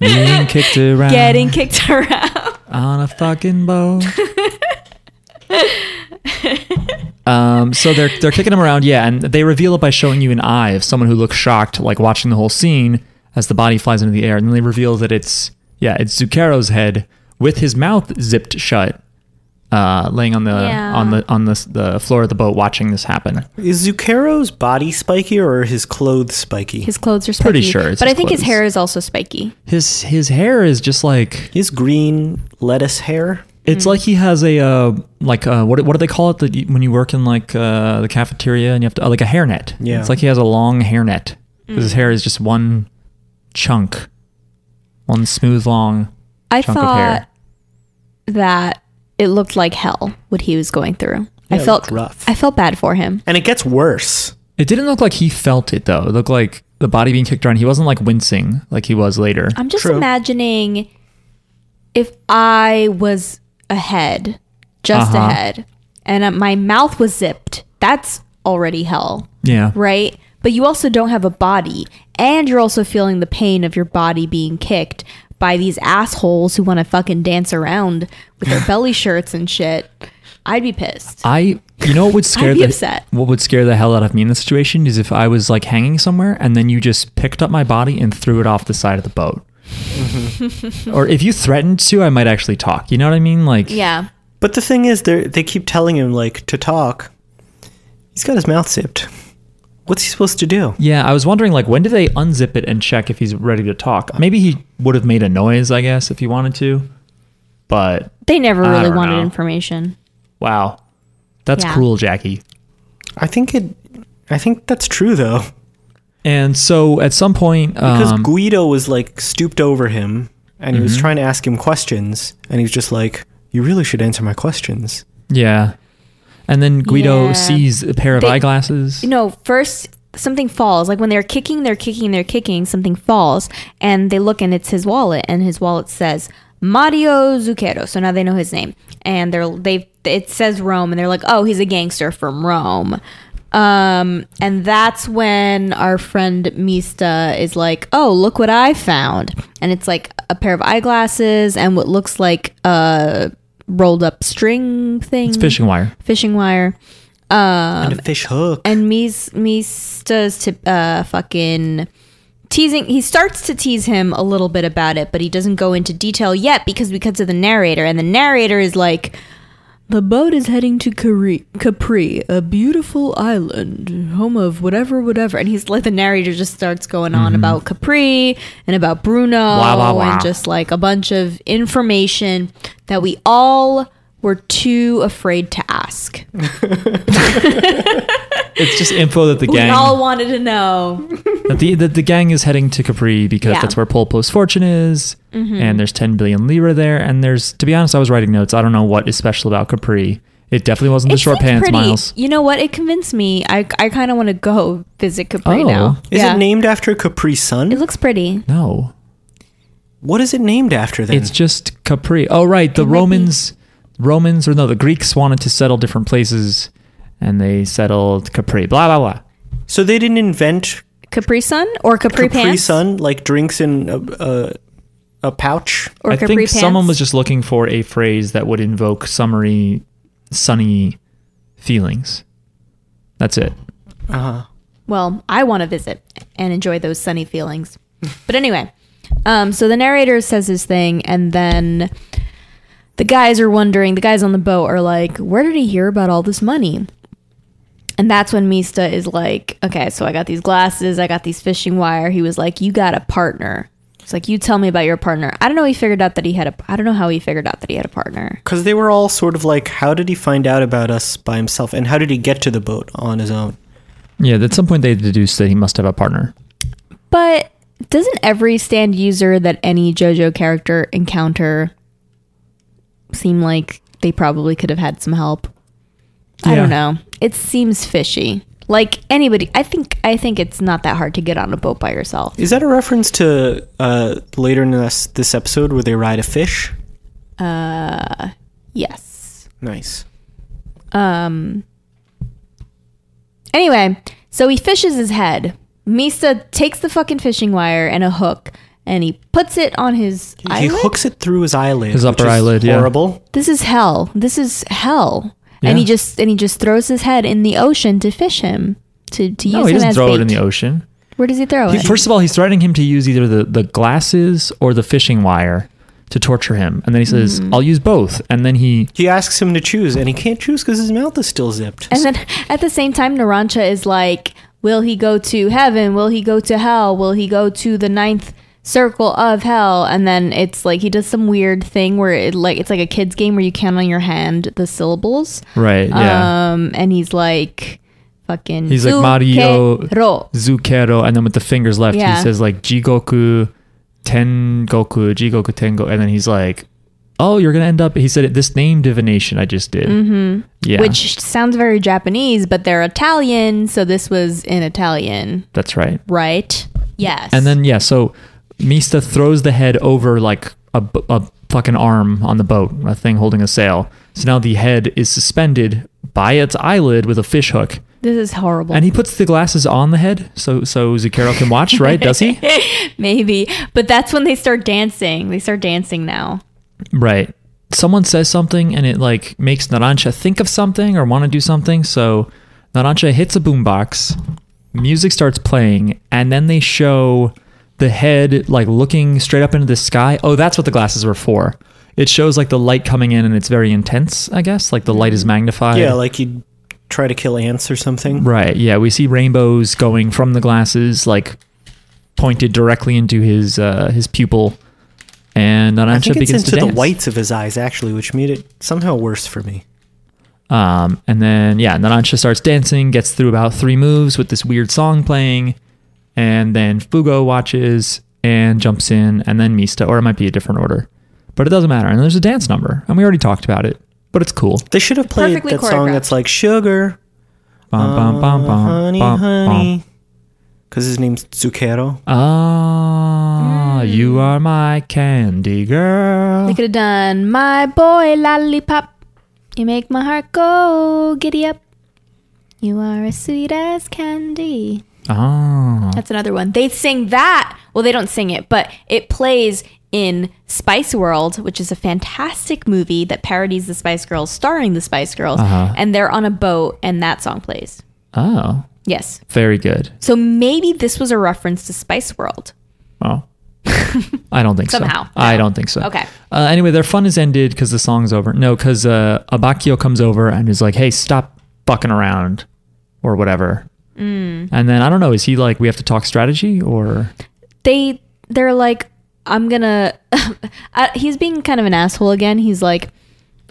Being kicked around getting kicked around? on a fucking boat. um, so they're they're kicking him around, yeah, and they reveal it by showing you an eye of someone who looks shocked, like watching the whole scene as the body flies into the air, and then they reveal that it's yeah, it's Zucchero's head with his mouth zipped shut, uh, laying on the Yeah. on the on the the floor of the boat, watching this happen. Is Zucchero's body spiky or are his clothes spiky? His, His clothes are spiky, Pretty sure it's but I his think his clothes. hair is also spiky. His his hair is just like green lettuce hair? It's like he has a uh, like uh, what what do they call it that you, when you work in like uh, the cafeteria and you have to uh, like a hairnet. Yeah. it's like he has a long hairnet. 'Cause His hair is just one chunk, one smooth long I chunk of thought hair. that it looked like hell what he was going through. I Yeah, it felt looked rough. I felt bad for him. And it gets worse. It didn't look like he felt it though. It looked like the body being kicked around. He wasn't like wincing like he was later. I'm just True. imagining if I was ahead, just Uh-huh. ahead, and uh, my mouth was zipped. That's already hell, yeah, right? But you also don't have a body, and you're also feeling the pain of your body being kicked by these assholes who want to fucking dance around with their belly shirts and shit. I'd be pissed. I you know what would scare I'd be the upset. what would scare the hell out of me in this situation is if I was like hanging somewhere and then you just picked up my body and threw it off the side of the boat. or if you threatened to, I might actually talk. You know what I mean? Like Mm-hmm. Yeah. But the thing is, they they keep telling him like to talk. He's got his mouth zipped. What's he supposed to do? Yeah, I was wondering like when do they unzip it and check if he's ready to talk? Maybe he would have made a noise, I guess, if he wanted to. But They never I really don't wanted know. information. wow. That's Yeah. cruel, Jackie. I think it. I think that's true though, And so at some point because um, Guido was like stooped over him and he was Mm-hmm. trying to ask him questions, and he was just like, "You really should answer my questions." Yeah. And then Guido Yeah. sees a pair of They- eyeglasses. You know, first something falls. Like when they're kicking, they're kicking, they're kicking, something falls, and they look and it's his wallet, and his wallet says Mario Zucchero. So now they know his name, and they're they it says Rome, and they're like, oh, he's a gangster from Rome. Um, and that's when our friend Mista is like, "Oh, look what I found!" And it's like a pair of eyeglasses and what looks like a rolled up string thing, It's fishing wire. fishing wire. and a fish hook. Um, And Mies Mista's to uh fucking teasing he starts to tease him a little bit about it, but he doesn't go into detail yet because we cut to the narrator and the narrator is like the boat is heading to Cari- Capri, a beautiful island, home of whatever, whatever. And he's like, the narrator just starts going on about Capri and about Bruno Mm-hmm. Wah, wah, wah. and just like a bunch of information that we all were too afraid to ask. It's just info that the We gang all wanted to know. that the that the gang is heading to Capri because Yeah. Mm-hmm. that's where Polpo's fortune is, and there's 10 billion lira there. And there's, to be honest, I was writing notes. I don't know what is special about Capri. It definitely wasn't the It short seems pants, pretty- Miles. You know what? It convinced me. I, I kind of want to go visit Capri Oh. now. Is yeah. it named after Capri Sun? It looks pretty. No, what is it named after then? it's just Capri. Oh, right, the It might be- Romans, Romans or no, the Greeks wanted to settle different places, and they settled Capri. Blah blah blah. so they didn't invent Capri Sun or Capri, Capri Pants Sun like drinks in a, a, a pouch. or I Capri think Pants. someone was just looking for a phrase that would invoke summery, sunny feelings. That's it. Uh-huh. well, I want to visit and enjoy those sunny feelings. But anyway, um, so the narrator says his thing, and then the guys are wondering. The guys on the boat are like, "Where did he hear about all this money?" And that's when Mista is like, "Okay, so I got these glasses, I got these fishing wire." He was like, "You got a partner." It's like, "You tell me about your partner." I don't know. He figured out that he had a. I don't know how he figured out that he had a partner. Because they were all sort of like, how did he find out about us by himself? And how did he get to the boat on his own? Yeah, at some point they deduced that he must have a partner. But doesn't every stand user that any JoJo character encounter seem like they probably could have had some help? I don't Yeah. know. It seems fishy. Like anybody, I think I think it's not that hard to get on a boat by yourself. Is that a reference to uh, later in this, this episode where they ride a fish? Yes. Nice. Um. Anyway, so he fishes his head. Mista takes the fucking fishing wire and a hook, and he puts it on his eyelid. He hooks it through his eyelid. His upper which is eyelid, yeah. Horrible. this is hell. This is hell. And he Yeah. just and he just throws his head in the ocean to fish him to to use No, he him doesn't as throw bait. it in the ocean. Where does he throw it? First of all, he's threatening him to use either the, the glasses or the fishing wire to torture him. And then he says, Mm. I'll use both. And then he, He asks him to choose, and he can't choose because his mouth is still zipped. and then at the same time, Narancha is like, "Will he go to heaven? Will he go to hell? Will he go to the ninth circle of hell?" And then it's like he does some weird thing where it like it's like a kids game where you count on your hand the syllables. right, yeah. Um, and he's like, "Fucking." He's like, Mario- Zucchero. Zucchero. And then with the fingers left, Yeah. he says, like, Jigoku, Tengoku, Jigoku, Tengo. And then he's like, Oh, you're going to end up. He said, This name divination I just did. Mm-hmm. Yeah. which sounds very Japanese, but they're Italian, so this was in Italian, that's right. right? Yes. And then yeah, so Mista throws the head over like a, b- a fucking arm on the boat, a thing holding a sail. So now the head is suspended by its eyelid with a fish hook, this is horrible. and he puts the glasses on the head so so Zucchero can watch, right? Does he? Maybe, but that's when they start dancing. They start dancing now. Right. Someone says something, and it like makes Narancha think of something or want to do something. So Narancha hits a boombox. Music starts playing, and then they show the head like looking straight up into the sky. Oh, that's what the glasses were for. It shows like the light coming in, and it's very intense. I guess like the light is magnified. yeah, like you try to kill ants or something. Right. Yeah, we see rainbows going from the glasses, like pointed directly into his uh, his pupil, and I Nanansha think it's begins into to the dance. whites of his eyes actually, which made it somehow worse for me. Um, and then yeah, Nanansha starts dancing, gets through about three moves with this weird song playing, and then Fugo watches and jumps in, and then Mista, or it might be a different order, but it doesn't matter. And there's a dance number, and we already talked about it, but it's cool. They should have played Perfectly that song choreographed. that's like sugar, Bum, bum, bum, bum, Oh, honey, bum, bum. honey, because his name's Zucchero. Ah, Mm. you are my candy girl. They could have done my boy lollipop. You make my heart go giddy up. You are as sweet as candy. Ah, That's another one. They sing that. Well, they don't sing it, but it plays in Spice World, which is a fantastic movie that parodies the Spice Girls, starring the Spice Girls, Uh-huh. and they're on a boat, and that song plays. oh, Yes. very good. So maybe this was a reference to Spice World. Oh. I don't think so. Somehow. I don't think so. Okay. Uh, anyway, their fun is ended because the song's over. No, because uh, Abakio comes over and is like, hey, stop fucking around or whatever. And then I don't know, is he like, we have to talk strategy or. they they're like i'm gonna uh, he's being kind of an asshole again he's like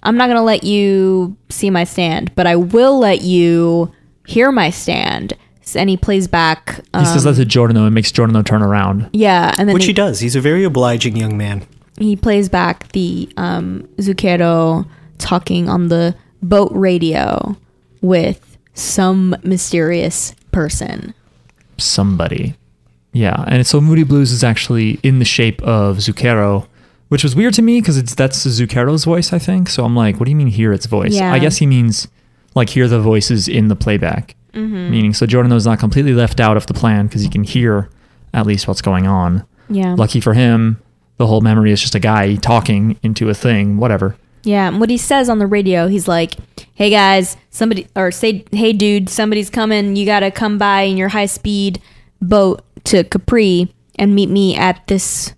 i'm not gonna let you see my stand but i will let you hear my stand S- and he plays back He um, says that to Giordano and makes Giordano turn around. yeah and then Which he, he does. He's a very obliging young man. he plays back the um zucchero talking on the boat radio with some mysterious person somebody. Yeah, and so Moody Blues is actually in the shape of Zucchero, which was weird to me because it's that's Zucchero's voice, I think. So I'm like, what do you mean hear its voice? Yeah. I guess he means like hear the voices in the playback, meaning so Giordano's not completely left out of the plan because he can hear at least what's going on. yeah Lucky for him, the whole memory is just a guy talking into a thing, whatever. Yeah, and what he says on the radio, he's like, "Hey guys, somebody or say, hey dude, somebody's coming. You gotta come by in your high speed boat to Capri and meet me at this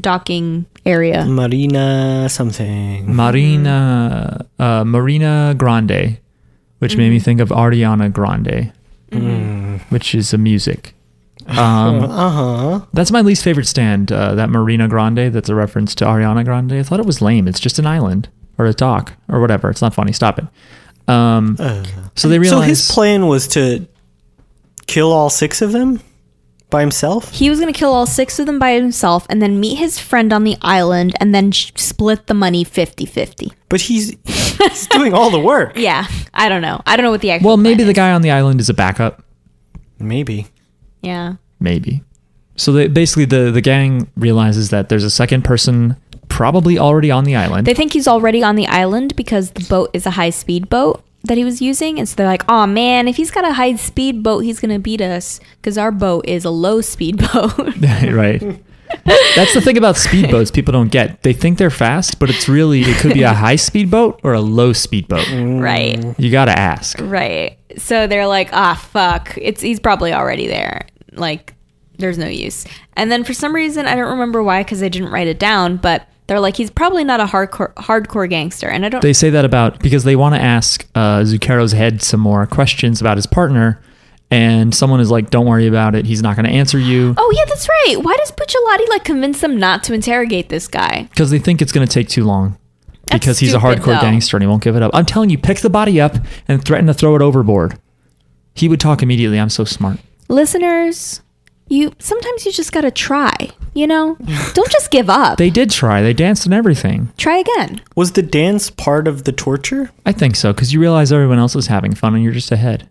docking Mm. area." Marina something. Marina uh, Marina Grande, which made me Mm-hmm. think of Ariana Grande, which is a music. Um, Uh huh. that's my least favorite stand. Uh, that Marina Grande. That's a reference to Ariana Grande. I thought it was lame. It's just an island or a dock or whatever. It's not funny. Stop it. Um, so they Uh, So realize his plan was to kill all six of them by himself. He was gonna kill all six of them by himself and then meet his friend on the island and then sh- split the money 50-50. But he's he's doing all the work. Yeah, I don't know. I don't know what the actual well, plan maybe the is. guy on the island is a backup. Maybe. Yeah. maybe. So they, basically, the the gang realizes that there's a second person probably already on the island. They think he's already on the island because the boat is a high speed boat that he was using. And so they're like, oh man, if he's got a high speed boat, he's going to beat us because our boat is a low speed boat. right. That's the thing about speedboats people don't get. They think they're fast, but it's really it could be a high speed boat or a low speed boat. Mm-hmm. right. You got to ask. Right. So they're like, ah, fuck. It's he's probably already there. Like, there's no use. And then for some reason, I don't remember why because I didn't write it down, but they're like, he's probably not a hardcore hardcore gangster. And I don't. They say that about because they want to ask uh, Zucchero's head some more questions about his partner, and someone is like, "Don't worry about it. He's not going to answer you." oh yeah, that's right. Why does Pucciolotti like convince them not to interrogate this guy? because they think it's going to take too long That's because he's a stupid, hardcore though. gangster and he won't give it up. I'm telling you, pick the body up and threaten to throw it overboard. He would talk immediately. I'm so smart. listeners, you sometimes you just gotta try. You know, don't just give up. They did try. They danced and everything. try again. Was the dance part of the torture? I think so because you realize everyone else is having fun and you're just ahead,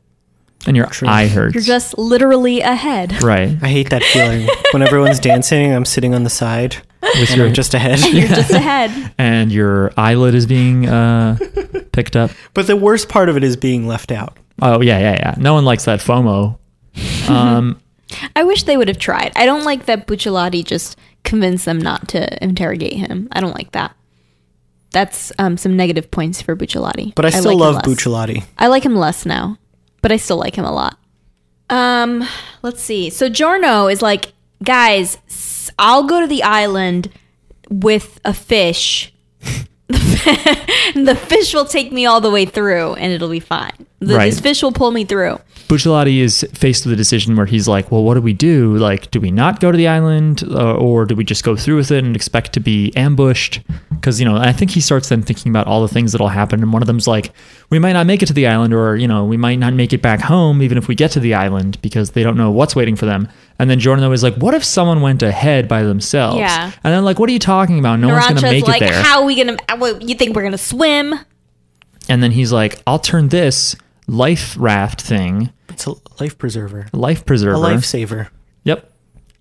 and your True. eye hurts. You're just literally ahead. right I hate that feeling. when everyone's dancing, I'm sitting on the side with and your I'm just ahead. You're just ahead. and your eyelid is being uh, picked up. But the worst part of it is being left out. Oh yeah, yeah, yeah. No one likes that FOMO. Um, I wish they would have tried. I don't like that Bucciolotti just convinced them not to interrogate him. I don't like that. That's um, some negative points for Bucciolotti. But I still like him love less. Bucciolotti. I like him less now, but I still like him a lot. Um, let's see. So Jorno is like, guys, s- I'll go to the island with a fish. the fish will take me all the way through, and it'll be fine. The, Right. This fish will pull me through. Bucciolati is faced with a decision where he's like, well, what do we do? Like, do we not go to the island uh, or do we just go through with it and expect to be ambushed? Because, you know, I think he starts then thinking about all the things that'll happen. And one of them's like, we might not make it to the island or, you know, we might not make it back home even if we get to the island because they don't know what's waiting for them. And then Giordano is like, what if someone went ahead by themselves? Yeah. And then, like, what are you talking about? No one's going to Narancho's make like, it there. how are we gonna? What, you think we're gonna swim? and then he's like, I'll turn this life raft thing, It's a life preserver, life preserver. a lifesaver. Yep.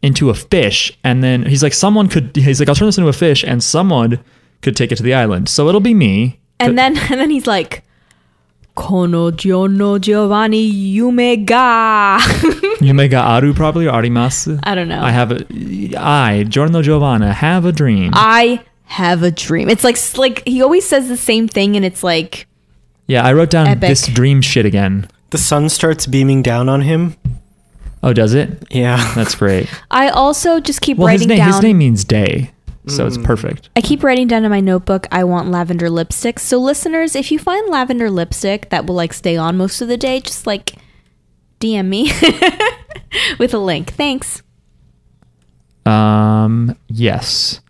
Into a fish. And then he's like, someone could, he's like, I'll turn this into a fish and someone could take it to the island. So it'll be me. And then and then he's like, "Kono Giono Giovanni Yume ga." You may ga aru probably or arimasu. I don't know. I have a, I, Giorno Giovanna, have a dream. I have a dream. It's like like he always says the same thing, and it's like yeah, I wrote down Epic. this dream shit again. The sun starts beaming down on him. Oh, does it? Yeah. That's great. I also just keep Well, his writing name, down. his name means day. So it's perfect. I keep writing down in my notebook. I want lavender lipstick. So listeners, if you find lavender lipstick that will like stay on most of the day, just like DM me with a link. Thanks. Um, yes.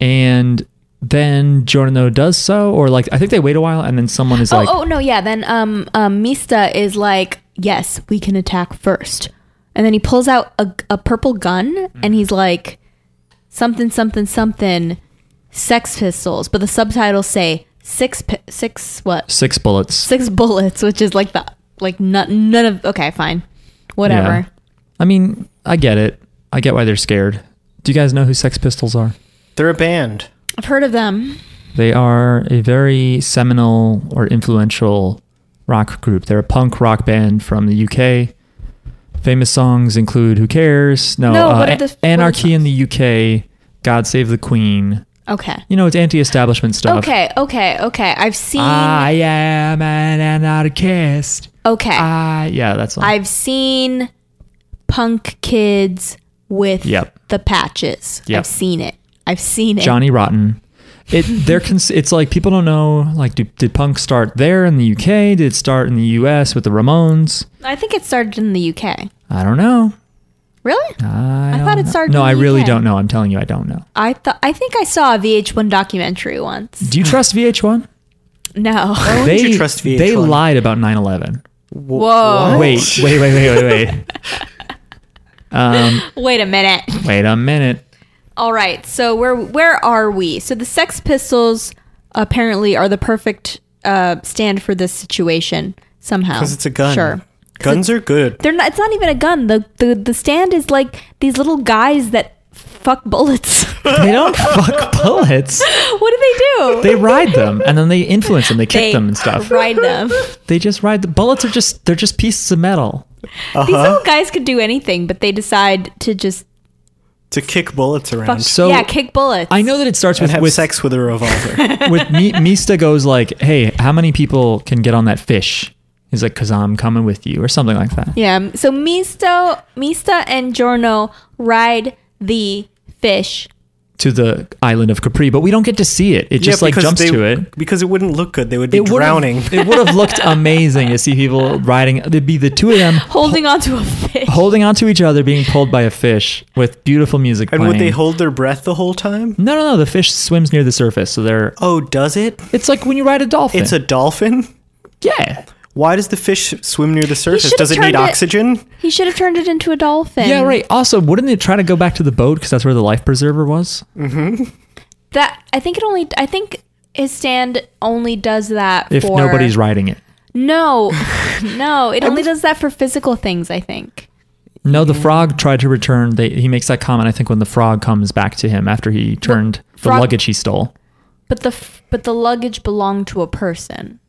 And then Giorno does so, or like, I think they wait a while and then someone is like, oh, oh no, yeah. Then um, um, Mista is like, yes, we can attack first, and then he pulls out a, a purple gun, and Mm-hmm. he's like, something, something, something, Sex Pistols. But the subtitles say six, pi- six what? six bullets. Six bullets, which is like the like none, none of. Okay, fine, whatever. Yeah. I mean, I get it. I get why they're scared. Do you guys know who Sex Pistols are? They're a band. I've heard of them. They are a very seminal or influential rock group. They're a punk rock band from the UK. Famous songs include "Who Cares," no, No, uh, what are the- what are the "Anarchy in the UK," "God Save the Queen." Okay. You know, it's anti-establishment stuff. Okay, okay, okay. I've seen. I am an anarchist. okay. I yeah, that's all. I've seen punk kids with Yep. the patches. Yep. I've seen it. I've seen it. Johnny Rotten. It they're cons- it's like people don't know like do, did punk start there in the UK? Did it start in the US with the Ramones? I think it started in the UK. I don't know. I, Really? thought don't it know. started No, in I the really UK. don't know. I'm telling you, I don't know. I thought I think I saw a VH1 documentary once. Do you trust VH1? No. they you trust they VH1? lied about 9/11. Oh. Whoa. Wait, wait, wait, wait, wait, wait. um, Wait a minute. wait a minute. All right. So where where are we? So the Sex Pistols apparently are the perfect uh, stand for this situation somehow. Because it's a gun. Sure. Guns are good. They're not. It's not even a gun. The the the stand is like these little guys that fuck bullets. They don't fuck bullets. what do they do? They ride them and then they influence them. They kick them and stuff. Ride them. These They just ride the bullets are just they're just pieces of metal. little guys could do anything, but they decide to just To kick bullets around. fuck, So- yeah, kick bullets. I know that it starts and with have with sex with a revolver. with Mi- Mista goes like, "Hey, how many people can get on that fish?" He's like, "Cause I'm coming with you," or something like that. Yeah. So Misto, Mista, and Jorno ride the fish. To the island of Capri, but we don't get to see it. It just like because jumps they- to it. Because it wouldn't look good. They would be It drowning. Would have, it would have looked amazing to see people riding. It'd be the two of them Holding onto a fish. holding onto each other, being pulled by a fish with beautiful music And playing. would they hold their breath the whole time? no, no, no. The fish swims near the surface, so they're. Oh, does it? It's like when you ride a dolphin. It's a dolphin? yeah. Why does the fish swim near the surface? should've Does it need turned it- oxygen? He should have turned it into a dolphin. Yeah, right. Also, wouldn't it try to go back to the boat because that's where the life preserver was? That I think it only. I think his stand only does that If for nobody's riding it. No, no, it only does that for physical things. I think. No, Mm-hmm. the frog tried to return. They, he makes that comment, I think, when the frog comes back to him after he turned the frog- luggage he stole. But the f- but the luggage belonged to a person.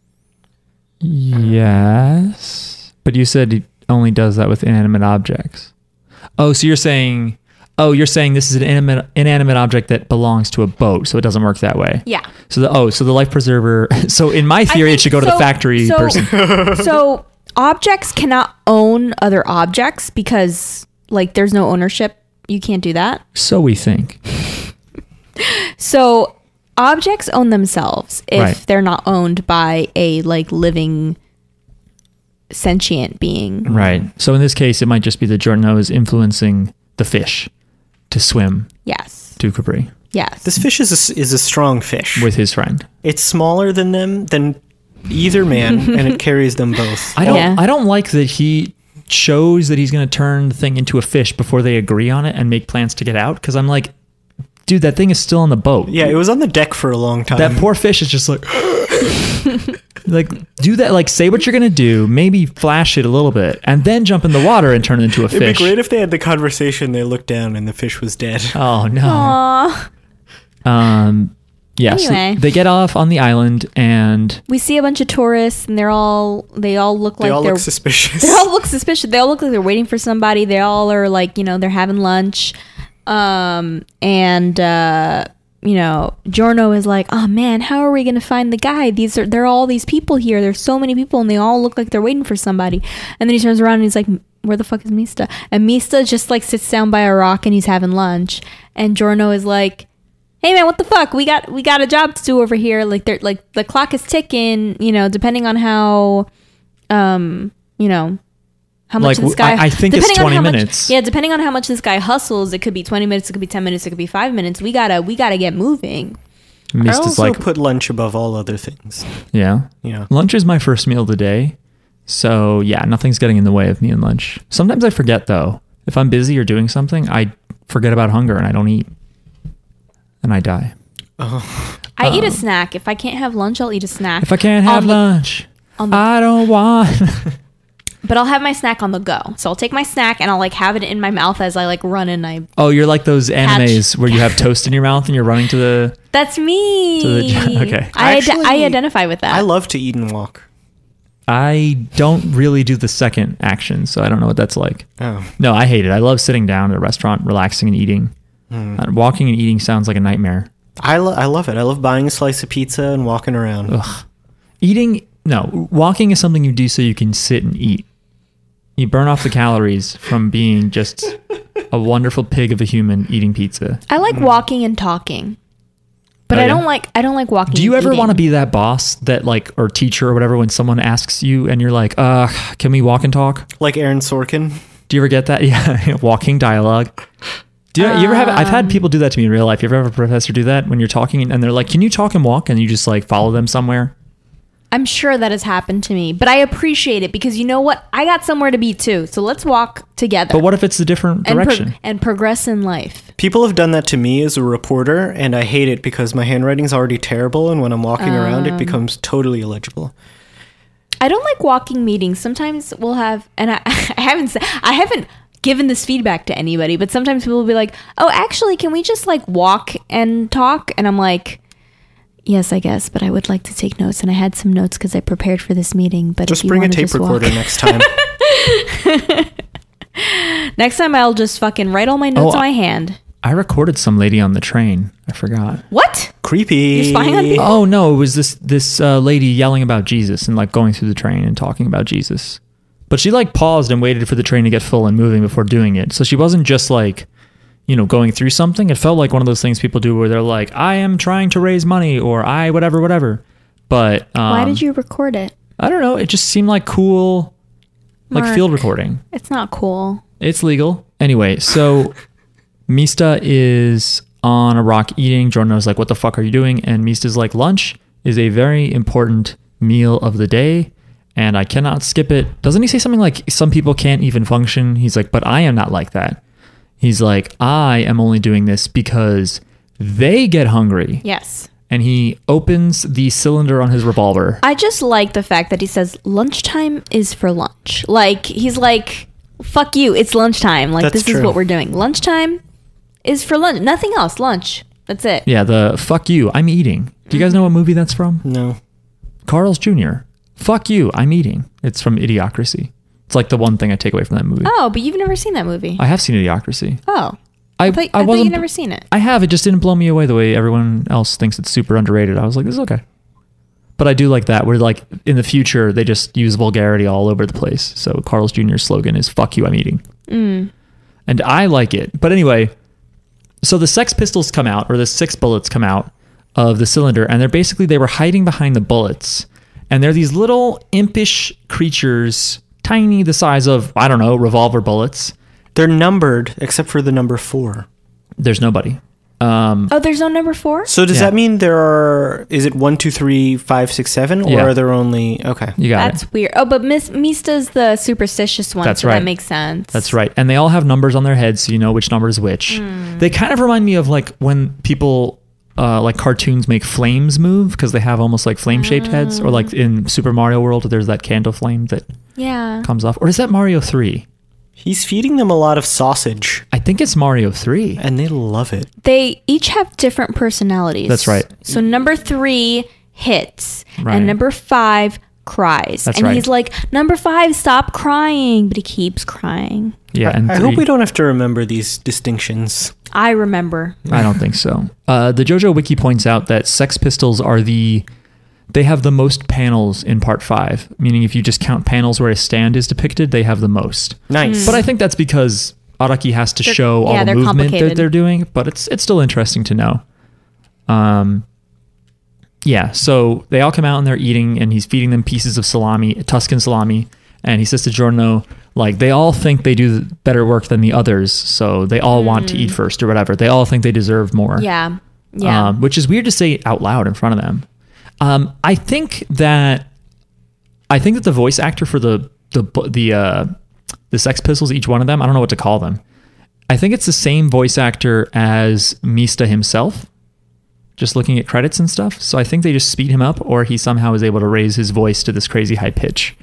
Mm-hmm. Yes. But you said he only does that with inanimate objects. Oh, so you're saying. Oh, you're saying this is an inanimate, inanimate object that belongs to a boat, so it doesn't work that way. Yeah. So the oh, so the life preserver. So in my I theory, think- it should go to so- the factory so- person. so objects cannot own other objects because like there's no ownership. You can't do that. So we think. So objects own themselves if Right. they're not owned by a like living sentient being. Right. So in this case, it might just be that Giordano is influencing the fish to swim Yes. to Capri Yes. This fish is a, s- is a strong fish. with his friend. it's smaller than them than either man, and it carries them both. I don't. Yeah. I don't like that he shows that he's going to turn the thing into a fish before they agree on it and make plans to get out. Because I'm like, dude, that thing is still on the boat. Yeah, it was on the deck for a long time. That poor fish is just like, like do that. Like say what you're going to do. Maybe flash it a little bit and then jump in the water and turn it into a It'd fish. be great if they had the conversation. They looked down, and the fish was dead. Oh no. Aw. Um, yeah. so Anyway. they get off on the island, and We see a bunch of tourists and they're all they all look They like all they're look suspicious. they all look suspicious. They all look like they're waiting for somebody. They all are like, you know, they're having lunch. Um and uh you know, Jorno is like, "Oh man, how are we going to find the guy? These are there are all these people here. There's so many people and they all look like they're waiting for somebody." And then he turns around and he's like, "Where the fuck is Mista?" And Mista just like sits down by a rock and he's having lunch. And Jorno is like, hey man what the fuck we got we got a job to do over here like they're like the clock is ticking you know depending on how um you know how Like, much w- this guy I- I think it's depending on 20 how much- minutes. yeah depending on how much this guy hustles it could be 20 minutes it could be 10 minutes it could be 5 minutes we gotta we gotta get moving I Mist is also like, put lunch above all other things. yeah. Yeah. Lunch is my first meal of the day. So, yeah, nothing's getting in the way of me and lunch. Sometimes I forget, though. If I'm busy or doing something, I forget about hunger and I don't eat. And I die. i eat a snack if i can't have lunch i'll eat a snack Um, If I can't On have the- lunch, on the- I don't want. but i'll have my snack on the go so i'll take my snack and i'll like have it in my mouth as i like run and i oh, you're like those animes where you have toast in your mouth and you're running to the. that's me So the- okay. I, ad- Actually, I identify with that I love to eat and walk. I don't really do the second action, so I don't know what that's like. Oh, No, I hate it. I love sitting down at a restaurant, relaxing and eating. Uh, walking and eating sounds like a nightmare. I, lo- I love it. I love buying a slice of pizza and walking around. Eating, no, walking is something you do so you can sit and eat. You burn off the calories from being just a wonderful pig of a human eating pizza. I like walking and talking. But Oh, I yeah? don't like I don't like walking. Do you and ever eating. want to be that boss that like or teacher or whatever when someone asks you and you're like, "Uh, can we walk and talk?" Like Aaron Sorkin. Do you ever get that? Yeah, walking dialogue. Do you, you ever have? I've had people do that to me in real life. You ever have a professor do that when you're talking and they're like, "Can you talk and walk?" and you just like follow them somewhere. I'm sure that has happened to me, but I appreciate it because you know what? I got somewhere to be too. So let's walk together. But what if it's a different and, pro- direction? and progress in life. People have done that to me as a reporter, and I hate it because my handwriting's already terrible, and when I'm walking around, it becomes totally illegible. I don't like walking meetings. Sometimes we'll have and I, I haven't said I haven't given this feedback to anybody, but sometimes people will be like, "Oh, actually, can we just like walk and talk?" And I'm like, "Yes, I guess, but I would like to take notes, and I had some notes because I prepared for this meeting." But Just if you bring a wanna tape just walk- recorder next time. Next time I'll just fucking write all my notes Oh, on I- my hand. I recorded some lady on the train. I forgot. What? Creepy. You're spying on people? Oh no, it was this this uh, lady yelling about Jesus and like going through the train and talking about Jesus. But she like paused and waited for the train to get full and moving before doing it. So she wasn't just like, you know, going through something. It felt like one of those things people do where they're like, I am trying to raise money or I whatever whatever. But um, Why did you record it? I don't know. It just seemed like cool, like Mark. field recording. It's not cool. It's legal. Anyway, so Mista is on a rock eating. Jorno's like, What the fuck are you doing? And Mista's like, Lunch is a very important meal of the day, and I cannot skip it. Doesn't he say something like, Some people can't even function? He's like, But I am not like that. He's like, I am only doing this because they get hungry. Yes. And he opens the cylinder on his revolver. I just like the fact that he says lunchtime is for lunch. Like he's like, fuck you, it's lunchtime. Like That's this is true. what we're doing. Lunchtime is for lunch. Nothing else. Lunch. That's it. yeah, the fuck you, I'm eating. Do you guys know what movie that's from? No. Carl's Jr. Fuck you, I'm eating. It's from Idiocracy. It's like the one thing I take away from that movie. Oh, but you've never seen that movie. I have seen Idiocracy. oh. I, I thought, I I thought wasn't. you'd never seen it. I have. It just didn't blow me away the way everyone else thinks it's super underrated. I was like, this is okay. But I do like that. Where like in the future they just use vulgarity all over the place. So Carl's Jr.'s slogan is "Fuck you, I'm eating," and I like it. But anyway, so the Sex Pistols come out, or the six bullets come out of the cylinder, and they're basically they were hiding behind the bullets, And they're these little impish creatures, tiny the size of, I don't know, revolver bullets. They're numbered except for the number four. There's nobody. Um, Oh, there's no number four? So does Yeah. that mean there are? Is it one, two, three, five, six, seven, or Yeah. are there only? Okay. you got That's it. weird. Oh, but Miss Mista's the superstitious one, That's so right. that makes sense. That's right. And they all have numbers on their heads, so you know which number is which. They kind of remind me of like when people, uh, like cartoons make flames move because they have almost like flame shaped heads, or like in Super Mario World, there's that candle flame that Yeah. comes off. Or is that Mario 3? He's feeding them a lot of sausage, I think it's Mario 3. and they love it. They each have different personalities. That's right. So number three hits, Right. and number five cries. That's and right. he's like, number five, stop crying. But he keeps crying. Yeah, and I three- hope we don't have to remember these distinctions. I remember. I don't think so. Uh, the JoJo Wiki points out that Sex Pistols are the they have the most panels in Part Five. Meaning, if you just count panels where a stand is depicted, they have the most. Nice. But I think that's because Araki has to They're- show all yeah, the they're movement that complicated. they're doing. But it's it's still interesting to know. Um, yeah. So they all come out and they're eating, and he's feeding them pieces of salami, Tuscan salami. And he says to Giorno, like they all think they do better work than the others, so they all want to eat first or whatever. They all think they deserve more Mm. Yeah. Yeah. um, which is weird to say out loud in front of them. Um, I think that I think that the voice actor for the the bu- the uh, the Sex Pistols, each one of them, I don't know what to call them. I think it's the same voice actor as Mista himself. Just looking at credits and stuff, so I think they just speed him up, or he somehow is able to raise his voice to this crazy high pitch.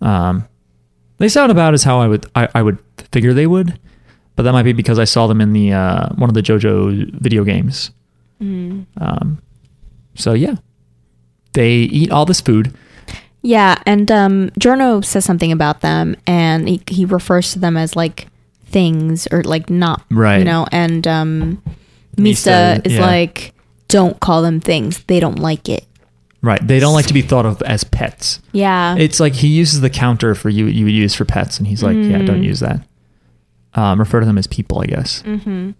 Um, they sound about as how I would I, I would figure they would, but that might be because I saw them in the uh, one of the JoJo video games. Um, so yeah, they eat all this food. yeah. And um, Giorno says something about them, and he, he refers to them as like things or like not. Right. You know, and um, Mista, Mista is yeah. like, don't call them things. They don't like it. Right, they don't like to be thought of as pets. Yeah. It's like he uses the counter for you you would use for pets, and he's like, yeah, Mm. don't use that. Um, refer to them as people, I guess. Mm-hmm.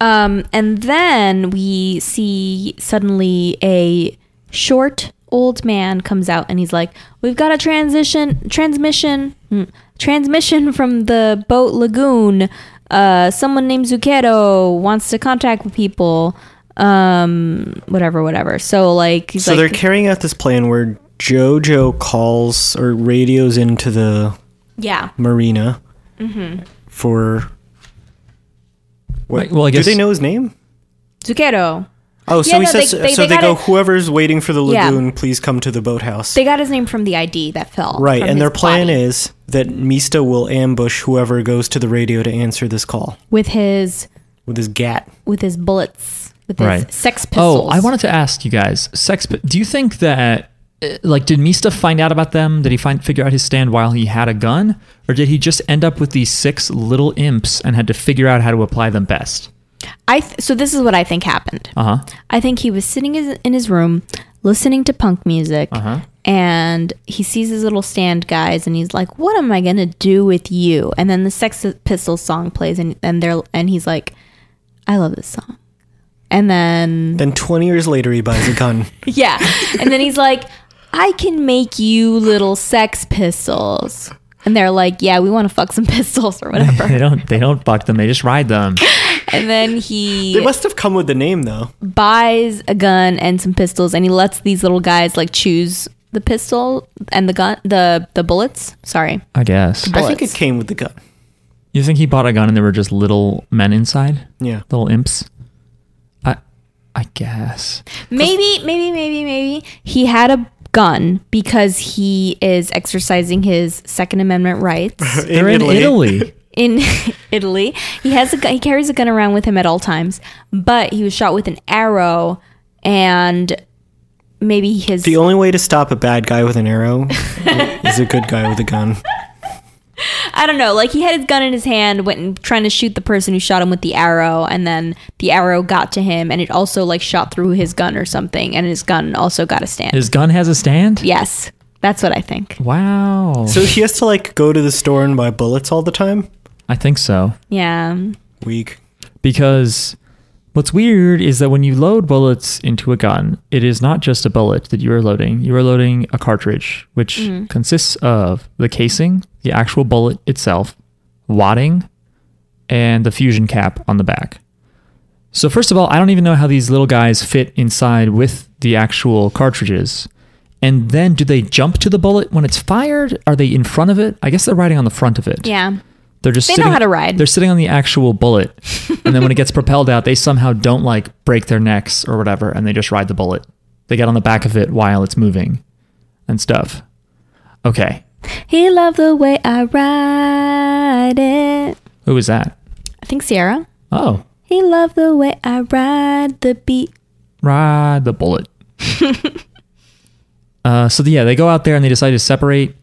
Um, and then we see suddenly a short old man comes out and he's like, "We've got a transition transmission hmm, transmission from the boat lagoon. Uh, someone named Zucchero wants to contact with people. Um, whatever, whatever. So like, he's so like, they're carrying out this plan where Jojo calls or radios into the yeah, marina Mm-hmm. for. What? Like, well, I guess- do they know his name? Zucchero. Oh, so Yeah, he no, says. they- they- so they they, go. gotta- Whoever's waiting for the Yeah. lagoon, please come to the boathouse. They got his name from the ID that fell. right, from and his their plan body. is that Mista will ambush whoever goes to the radio to answer this call with his with his gat. with his bullets with Right. his sex pistols. Oh, I wanted to ask you guys, sex. Pi- Do you think that, uh, like, did Mista find out about them? Did he find figure out his stand while he had a gun, or did he just end up with these six little imps and had to figure out how to apply them best? I th- so this is what I think happened. Uh huh. I think he was sitting is- in his room listening to punk music and he sees his little stand guys and he's like, "What am I going to do with you?" And then the Sex Pistols song plays and and they're and he's like, "I love this song." And then Then twenty years later, he buys a gun. yeah. And then he's like, "I can make you little Sex Pistols." And they're like, "Yeah, we want to fuck some pistols or They whatever." don't. They don't buck them. They just ride them. and then he They must have come with the name though. buys a gun and some pistols and he lets these little guys like choose the pistol and the gun the the bullets sorry I guess. I think it Bullets. came with the gun. You think he bought a gun and there were just little men inside? Yeah. Little imps? I I guess. maybe maybe maybe maybe he had a gun because he is exercising his second amendment rights They're in Italy. in Italy he has a gun he carries a gun around with him at all times but he was shot with an arrow and maybe his The only way to stop a bad guy with an arrow is a good guy with a gun. I don't know. Like he had his gun in his hand, went and trying to shoot the person who shot him with the arrow, and then the arrow got to him, and it also like shot through his gun or something, and his gun also got a stand. His gun has a stand? yes, that's what I think. Wow. So he has to like go to the store and buy bullets all the time. I think so. Yeah, Weak. Because What's weird is that when you load bullets into a gun, it is not just a bullet that you are loading. You are loading a cartridge, which consists of the casing, the actual bullet itself, wadding, and the fusion cap on the back. So, first of all, I don't even know how these little guys fit inside with the actual cartridges. And then do they jump to the bullet when it's fired? Are they in front of it? I guess they're riding on the front of it. Yeah. They're just They know sitting, how to ride. They're sitting on the actual bullet, and then when it gets propelled out, they somehow don't like break their necks or whatever, and they just ride the bullet. They get on the back of it while it's moving, and stuff. Okay, He loved the way I ride it. who was that? I think Sierra. Oh, He loved the way I ride the beat. ride the bullet. uh, so yeah, they go out there and they decide to separate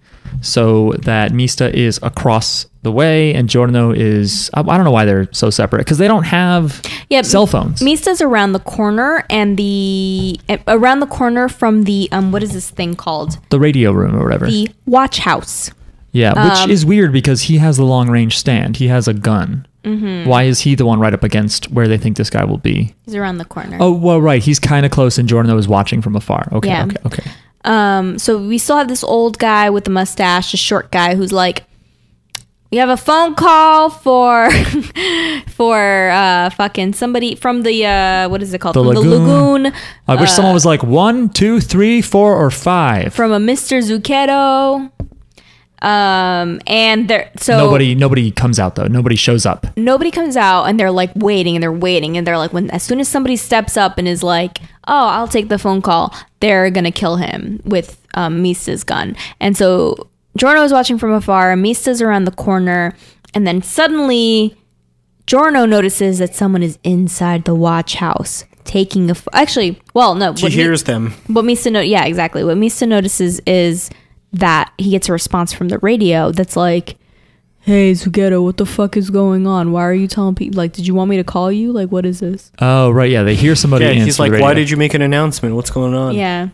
so that Mista is across the way and Giordano is. I, I don't know why they're so separate because they don't have Yeah, cell phones. Mista's around the corner and the uh, around the corner from the um what is this thing called? the radio room or whatever. The watch house. Yeah, which Um, is weird because he has the long range stand. He has a gun. Mm-hmm. Why is he the one right up against where they think this guy will be? He's around the corner. Oh, well, right. He's kind of close, and Jordan was watching from afar. Okay, Yeah. okay, okay. Um, so we still have this old guy with a mustache, a short guy who's like, "We have a phone call for for uh, fucking somebody from the uh, what is it called? The from lagoon. the lagoon I wish Uh, someone was like one, two, three, four, or five. from a Mister Zucchetto." Um, and there, so Nobody, nobody comes out though. Nobody shows up. nobody comes out and they're like waiting and they're waiting and they're like when as soon as somebody steps up and is like oh i'll take the phone call they're gonna kill him with um, misa's gun and so jorno is watching from afar misa's around the corner and then suddenly jorno notices that someone is inside the watch house taking a f- actually well no She what Mi- hears them. what Misa no- yeah, exactly. What Misa notices is that he gets a response from the radio that's like, "Hey, Zugetto, what the fuck is going on? Why are you telling people? Like, did you want me to call you? Like, what is this?" Oh, right. Yeah, they hear somebody. Yeah, answer he's the like, radio. why did you make an announcement? What's going on? Yeah,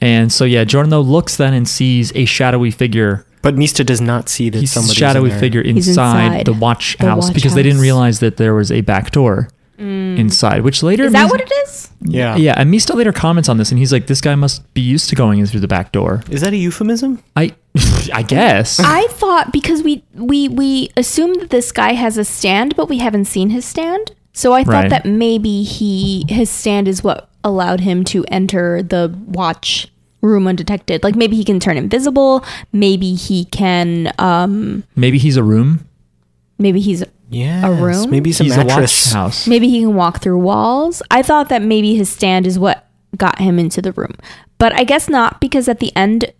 And so yeah, Giordano looks then and sees a shadowy figure. But Mista does not see that He's a somebody's shadowy in there. figure inside, inside the watch the house watch because they didn't house. Mm. realize that there was a back door inside. Which later is that means- what it is? Yeah. Yeah, and Mista later comments on this, and he's like, "This guy must be used to going in through the back door." Is that a euphemism? I, I guess. I thought because we we we assume that this guy has a stand, but we haven't seen his stand. So I thought Right. that maybe he his stand is what allowed him to enter the watch room undetected. Like maybe he can turn invisible. Maybe he can. um Maybe he's a room. Maybe he's Yeah. room? Maybe it's a He's a watch mattress. house. Maybe he can walk through walls. I thought that maybe his stand is what got him into the room. But I guess not because at the end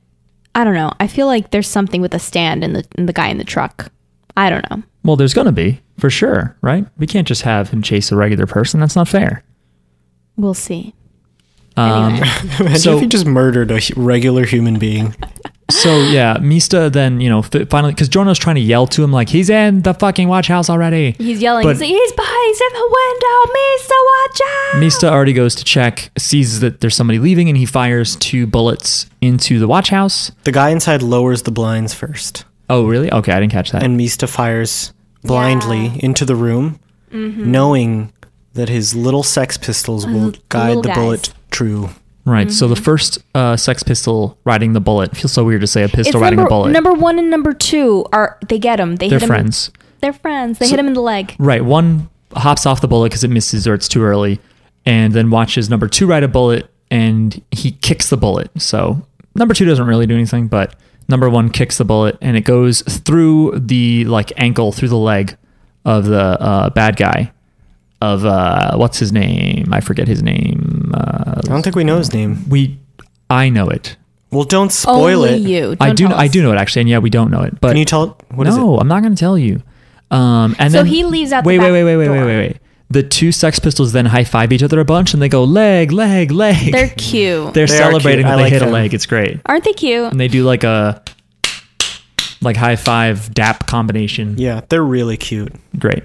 I don't know. I feel like there's something with a stand and the and the guy in the truck. I don't know. Well, there's gonna be for sure, right? We can't just have him chase a regular person. That's not fair. We'll see. Um, Anyway. Imagine So- if he just murdered a hu- regular human being. so yeah, Mista then you know fi- finally because Jorno's trying to yell to him like he's in the fucking watch house already. He's yelling. But- he's, like, he's behind. He's in the window. Misa, watch out. Mista already goes to check, sees that there's somebody leaving, and he fires two bullets into the watch house. The guy inside lowers the blinds first, Oh really? Okay, I didn't catch that. and Mista fires blindly into the room, knowing that his little sex pistols will the guide Mm-hmm. Uh, little the guys. bullet true. Right. So Mm-hmm. the first uh, sex pistol riding the bullet feels so weird to say a pistol It's riding number, a bullet. number one and number two are they get him. They They're hit him. friends. They're friends. They hit him in the leg. Right. One hops off the bullet because it misses or it's too early, and then watches number two ride a bullet and he kicks the bullet. So number two doesn't really do anything, but number one kicks the bullet and it goes through the like ankle through the leg of the uh, bad guy. Of uh, what's his name? I forget his name. Uh, I don't think we know his name. we, I know it. Well, don't spoil Only it. you. I Don't do. tell I us. do know it actually, and yeah, we don't know it. But Can you tell? What is no, I'm not going to tell you. Um, and So then, he leaves out the Wait, back wait, wait, wait, wait, door. wait, wait. The two Sex Pistols then high five each other a bunch, and they go leg, leg, leg. They're cute. They're They are celebrating cute. that I they like hit a them. leg. It's great, Aren't they cute? and they do like a like high five dap combination. it? Yeah, they're really cute. Great.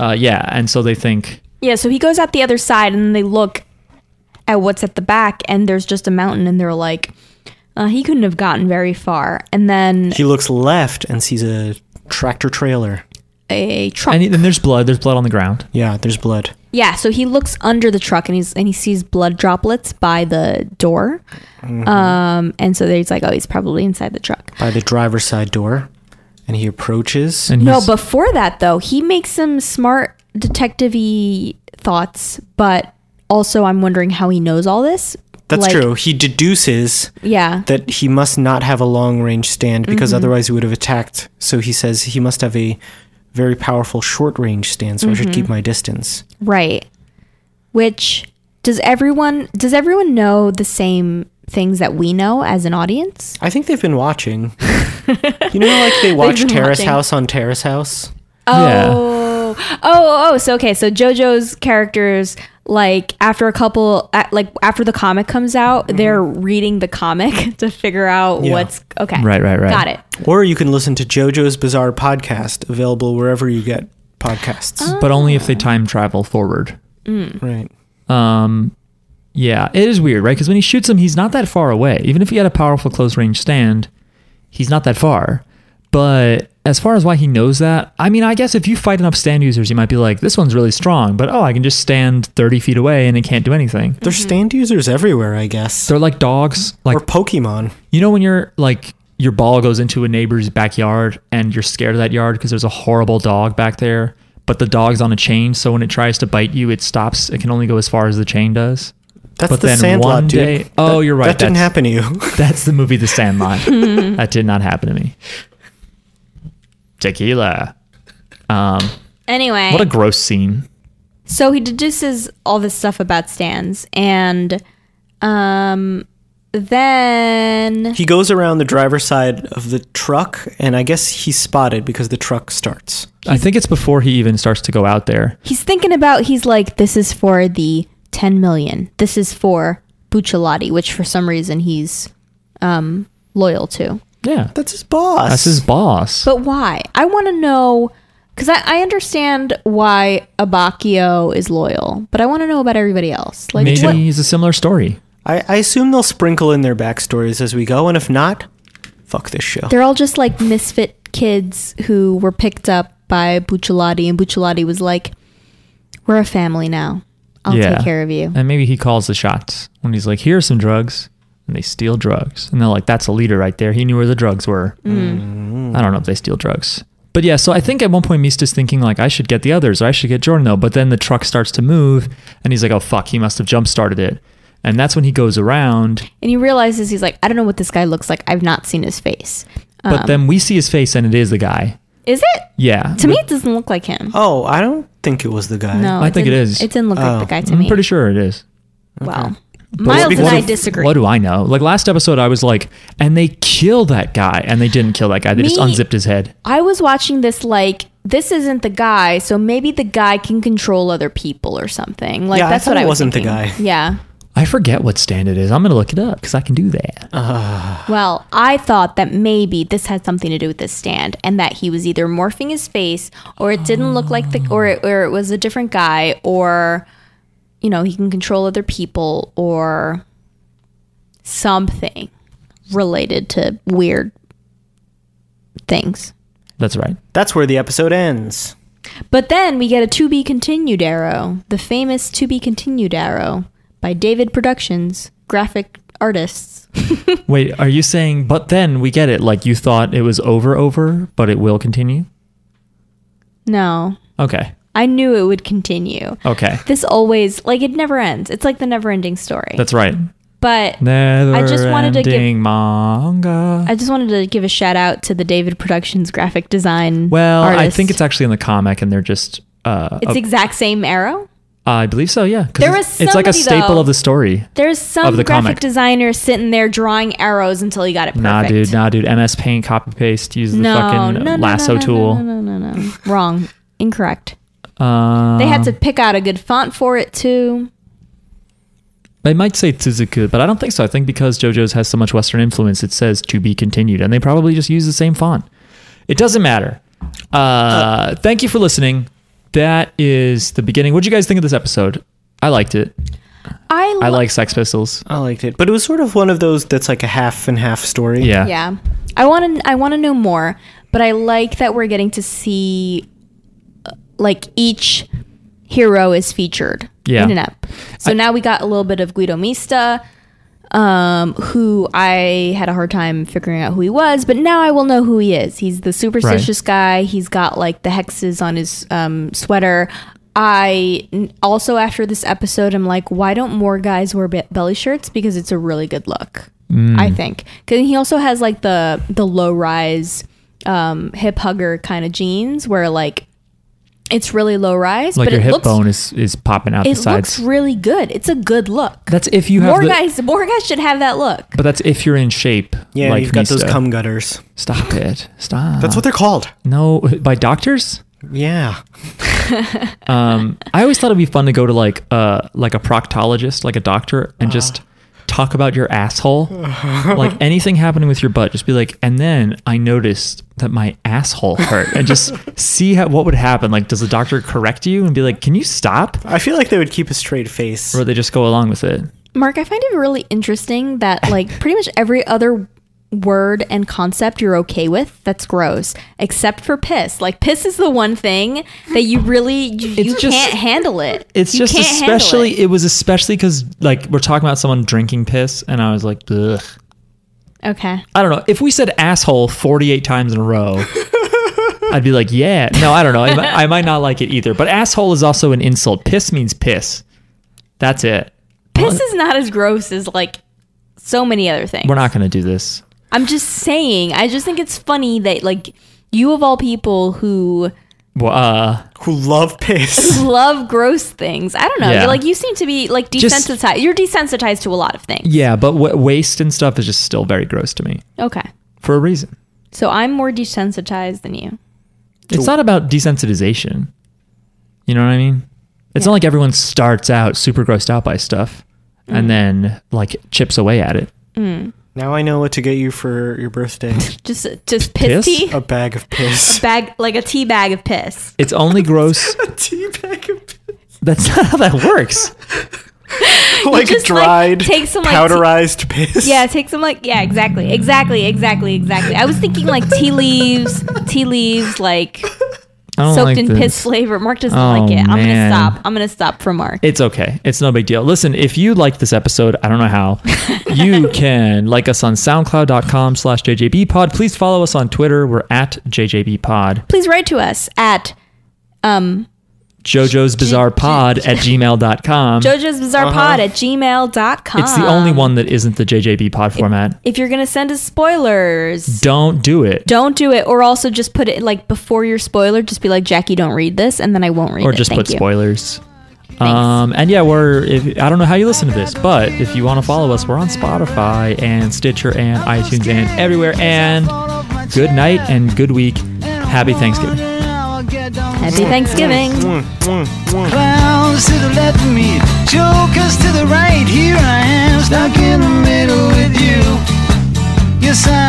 Uh, yeah, and so they think Yeah, so he goes out the other side and then they look at what's at the back and there's just a mountain and they're like, uh, he couldn't have gotten very far. And then He looks left and sees a tractor trailer. a truck. And then there's blood. There's blood on the ground. Yeah, there's blood. Yeah, so he looks under the truck and he's and he sees blood droplets by the door. Um, and so he's like, oh, he's probably inside the truck. By the driver's side door. And he approaches. And No, he's- before that though, he makes some smart detective-y thoughts, but also I'm wondering how he knows all this. That's Like, true. He deduces Yeah. that he must not have a long range stand because Mm-hmm. otherwise he would have attacked. So he says he must have a very powerful short range stand, so I should Mm-hmm. keep my distance. right. Which does everyone does everyone know the same things that we know as an audience? I think they've been watching. you know, like they watch been Terrace watching. House on Terrace House? Yeah. Oh, oh, oh. So okay, so JoJo's characters like after a couple, a- like after the comic comes out, Mm-hmm. they're reading the comic to figure out Yeah. what's okay. Right, right, right. Got it. Or you can listen to JoJo's Bizarre Podcast, available wherever you get podcasts. Um, but only if they time travel forward. Right. Um, yeah, it is weird, right? Because when he shoots him, he's not that far away. Even if he had a powerful close range stand, he's not that far. But as far as why he knows that, I mean, I guess if you fight enough stand users, you might be like, this one's really strong, but oh, I can just stand 30 feet away and it can't do anything. There's mm-hmm. stand users everywhere, I guess. They're like dogs. Like, or Pokemon. you know, when you're like, your ball goes into a neighbor's backyard and you're scared of that yard because there's a horrible dog back there, but the dog's on a chain. So when it tries to bite you, it stops. It can only go as far as the chain does. That's But the then Sandlot, one dude. day- oh, That- you're right, That didn't that's- happen to you. That's the movie The Sandlot. that did not happen to me. Tequila. Um, Anyway, what a gross scene. so he deduces all this stuff about stands, and um, then he goes around the driver's side of the truck, and I guess he's spotted because the truck starts. I think it's before he even starts to go out there. he's thinking about. He's like, this is for the ten million. This is for Bucciolotti, which for some reason he's um loyal to. Yeah. That's his boss. That's his boss. But why? I want to know because I, I understand why Abacchio is loyal, but I want to know about everybody else. Like, Maybe what? he's a similar story. I, I assume they'll sprinkle in their backstories as we go, and if not, fuck this show. they're all just like misfit kids who were picked up by Bucciolotti, and Bucciolotti was like, "We're a family now. I'll Yeah. take care of you." And maybe he calls the shots when he's like, here are some drugs. And they steal drugs. And they're like, that's a leader right there. He knew where the drugs were. Mm. I don't know if they steal drugs. But yeah, so I think at one point Mista's thinking like, I should get the others or I should get Giorno. But then the truck starts to move and he's like, oh, fuck, he must have jump started it. And that's when he goes around. And he realizes he's like, "I don't know what this guy looks like. I've not seen his face. Um, But then we see his face and it is the guy. Is it? Yeah. To me, it doesn't look like him. Oh, I don't think it was the guy. No, I think it didn't- is. It didn't look like the guy to I'm me. pretty sure it is. Well, Miles and because I of- disagree. What do I know? Like last episode, I was like, and they kill that guy. And they didn't kill that guy. They just Me- unzipped his head. I was watching this like this isn't the guy, so maybe the guy can control other people or something. Like Yeah, I that's what thought it I was wasn't the thinking. guy. Yeah. I forget what stand it is. I'm going to look it up because I can do that. Well, I thought that maybe this had something to do with this stand, and that he was either morphing his face, or it didn't look like the, or it, or it was a different guy, or you know he can control other people, or something related to weird things. That's right. That's where the episode ends. But then we get a to be continued arrow, the famous to be continued arrow by David Productions, graphic artists. Wait, are you saying, but then we get it? Like you thought it was over, over, but it will continue? No, Okay. I knew it would continue. Okay. This always, like, it never ends. It's like the never ending story. That's right. but Never I just wanted to give- ending manga. I just wanted to give a shout out to the David Productions graphic design. well, I artist. think it's actually in the comic and they're just. Uh, It's uh, exact same arrow. I believe so, yeah. 'Cause There it's- was it's like a somebody, staple though- of the story. There's Of some the graphic comic. designer sitting there drawing arrows until he got it perfect. Nah, dude, nah, dude. MS Paint, copy paste, use the No, fucking no, no, lasso no, no, tool. No, no, no, no. Wrong. Incorrect. Um, They had to pick out a good font for it too. They might say Tsuzuku, but I don't think so. I think because JoJo's has so much Western influence, it says to be continued, and they probably just use the same font. It doesn't matter. Uh, thank you for listening. That is the beginning. What would you guys think of this episode? I liked it. I, I lo- like Sex Pistols. I liked it, but it was sort of one of those that's like a half and half story. Yeah. yeah. I want to I want to know more, but I like that we're getting to see uh, like each hero is featured Yeah. in an app. So now we got a little bit of Guido Mista, um, who I had a hard time figuring out who he was, but now I will know who he is. He's the superstitious guy. He's got like the hexes on his um, sweater. I n- also after this episode, I'm like, why don't more guys wear be- belly shirts? Because it's a really good look. Mm. I think. Cause he also has like the the low rise, um, hip hugger kind of jeans where like it's really low rise, Like but your it hip looks bone is is popping out the it sides. looks really good. It's a good look. that's if you have More the- guys, more guys should have that look. But that's if you're in shape. Yeah, like you've got those Misa. cum gutters. Stop it. Stop. That's what they're called. No, by doctors. Yeah. Um, I always thought it'd be fun to go to like uh like a proctologist, like a doctor, Uh-huh. and just talk about your asshole, like anything happening with your butt. Just be like, and then I noticed that my asshole hurt, and just see how what would happen. Like, does the doctor correct you and be like, can you stop, I feel like they would keep a straight face. or would they just go along with it? Mark, I find it really interesting that like pretty much every other word and concept you're okay with that's gross except for piss like piss is the one thing that you really you, you It's just- can't handle it It's You just can't handle especially it. it. was especially because like we're talking about someone drinking piss, and I was like, ugh. okay I don't know. If we said asshole 48 times in a row, I'd be like, yeah. No, I don't know. I might, I might not like it either. But asshole is also an insult. Piss means piss. That's it. piss is not as gross as like so many other things We're not going to do this. i'm just saying i just think it's funny that like you of all people who Well, uh, Who love piss. love gross things. I don't know. Yeah. You're like you seem to be like Just- desensitized. You're desensitized to a lot of things. yeah, but w- waste and stuff is just still very gross to me Okay. for a reason. So I'm more desensitized than you. It's not about desensitization. You know what I mean? It's not like everyone starts out super grossed out by stuff and then like chips away at it. now I know what to get you for your birthday. Just just piss, Piss? tea. A bag of piss. Bag like a tea bag of piss. It's only gross. a tea bag of piss. That's not how that works. like just, like, dried, take some, like, tea- powderized piss. Yeah, take some like yeah, exactly. Exactly, exactly, exactly. I was thinking like tea leaves, tea leaves like I don't soaked like in this. piss flavor. Mark doesn't Oh, like it. I'm man. gonna stop. I'm gonna stop for Mark. It's okay. It's no big deal. Listen, if you liked this episode, I don't know how, you can like us on soundcloud.com slash jjbpod. Please follow us on Twitter. We're at jjbpod. Please write to us at um Jojo's Bizarre Pod at gmail.com. Jojo's Bizarre Pod at gmail.com. Uh-huh. It's the only one that isn't the JJB pod format. If you're gonna send us spoilers, Don't do it. don't do it or also just put it like before your spoiler just be like jackie don't read this and then i won't read Or it just Thank put you. spoilers. Um, and yeah, we're, if, I don't know how you listen to this, but if you want to follow us, we're on Spotify and Stitcher and iTunes and everywhere. And good night and good week. Happy Thanksgiving. happy thanksgiving Clowns to the left of me, jokers to the right. Here I am, stuck in the middle with you. Yes, I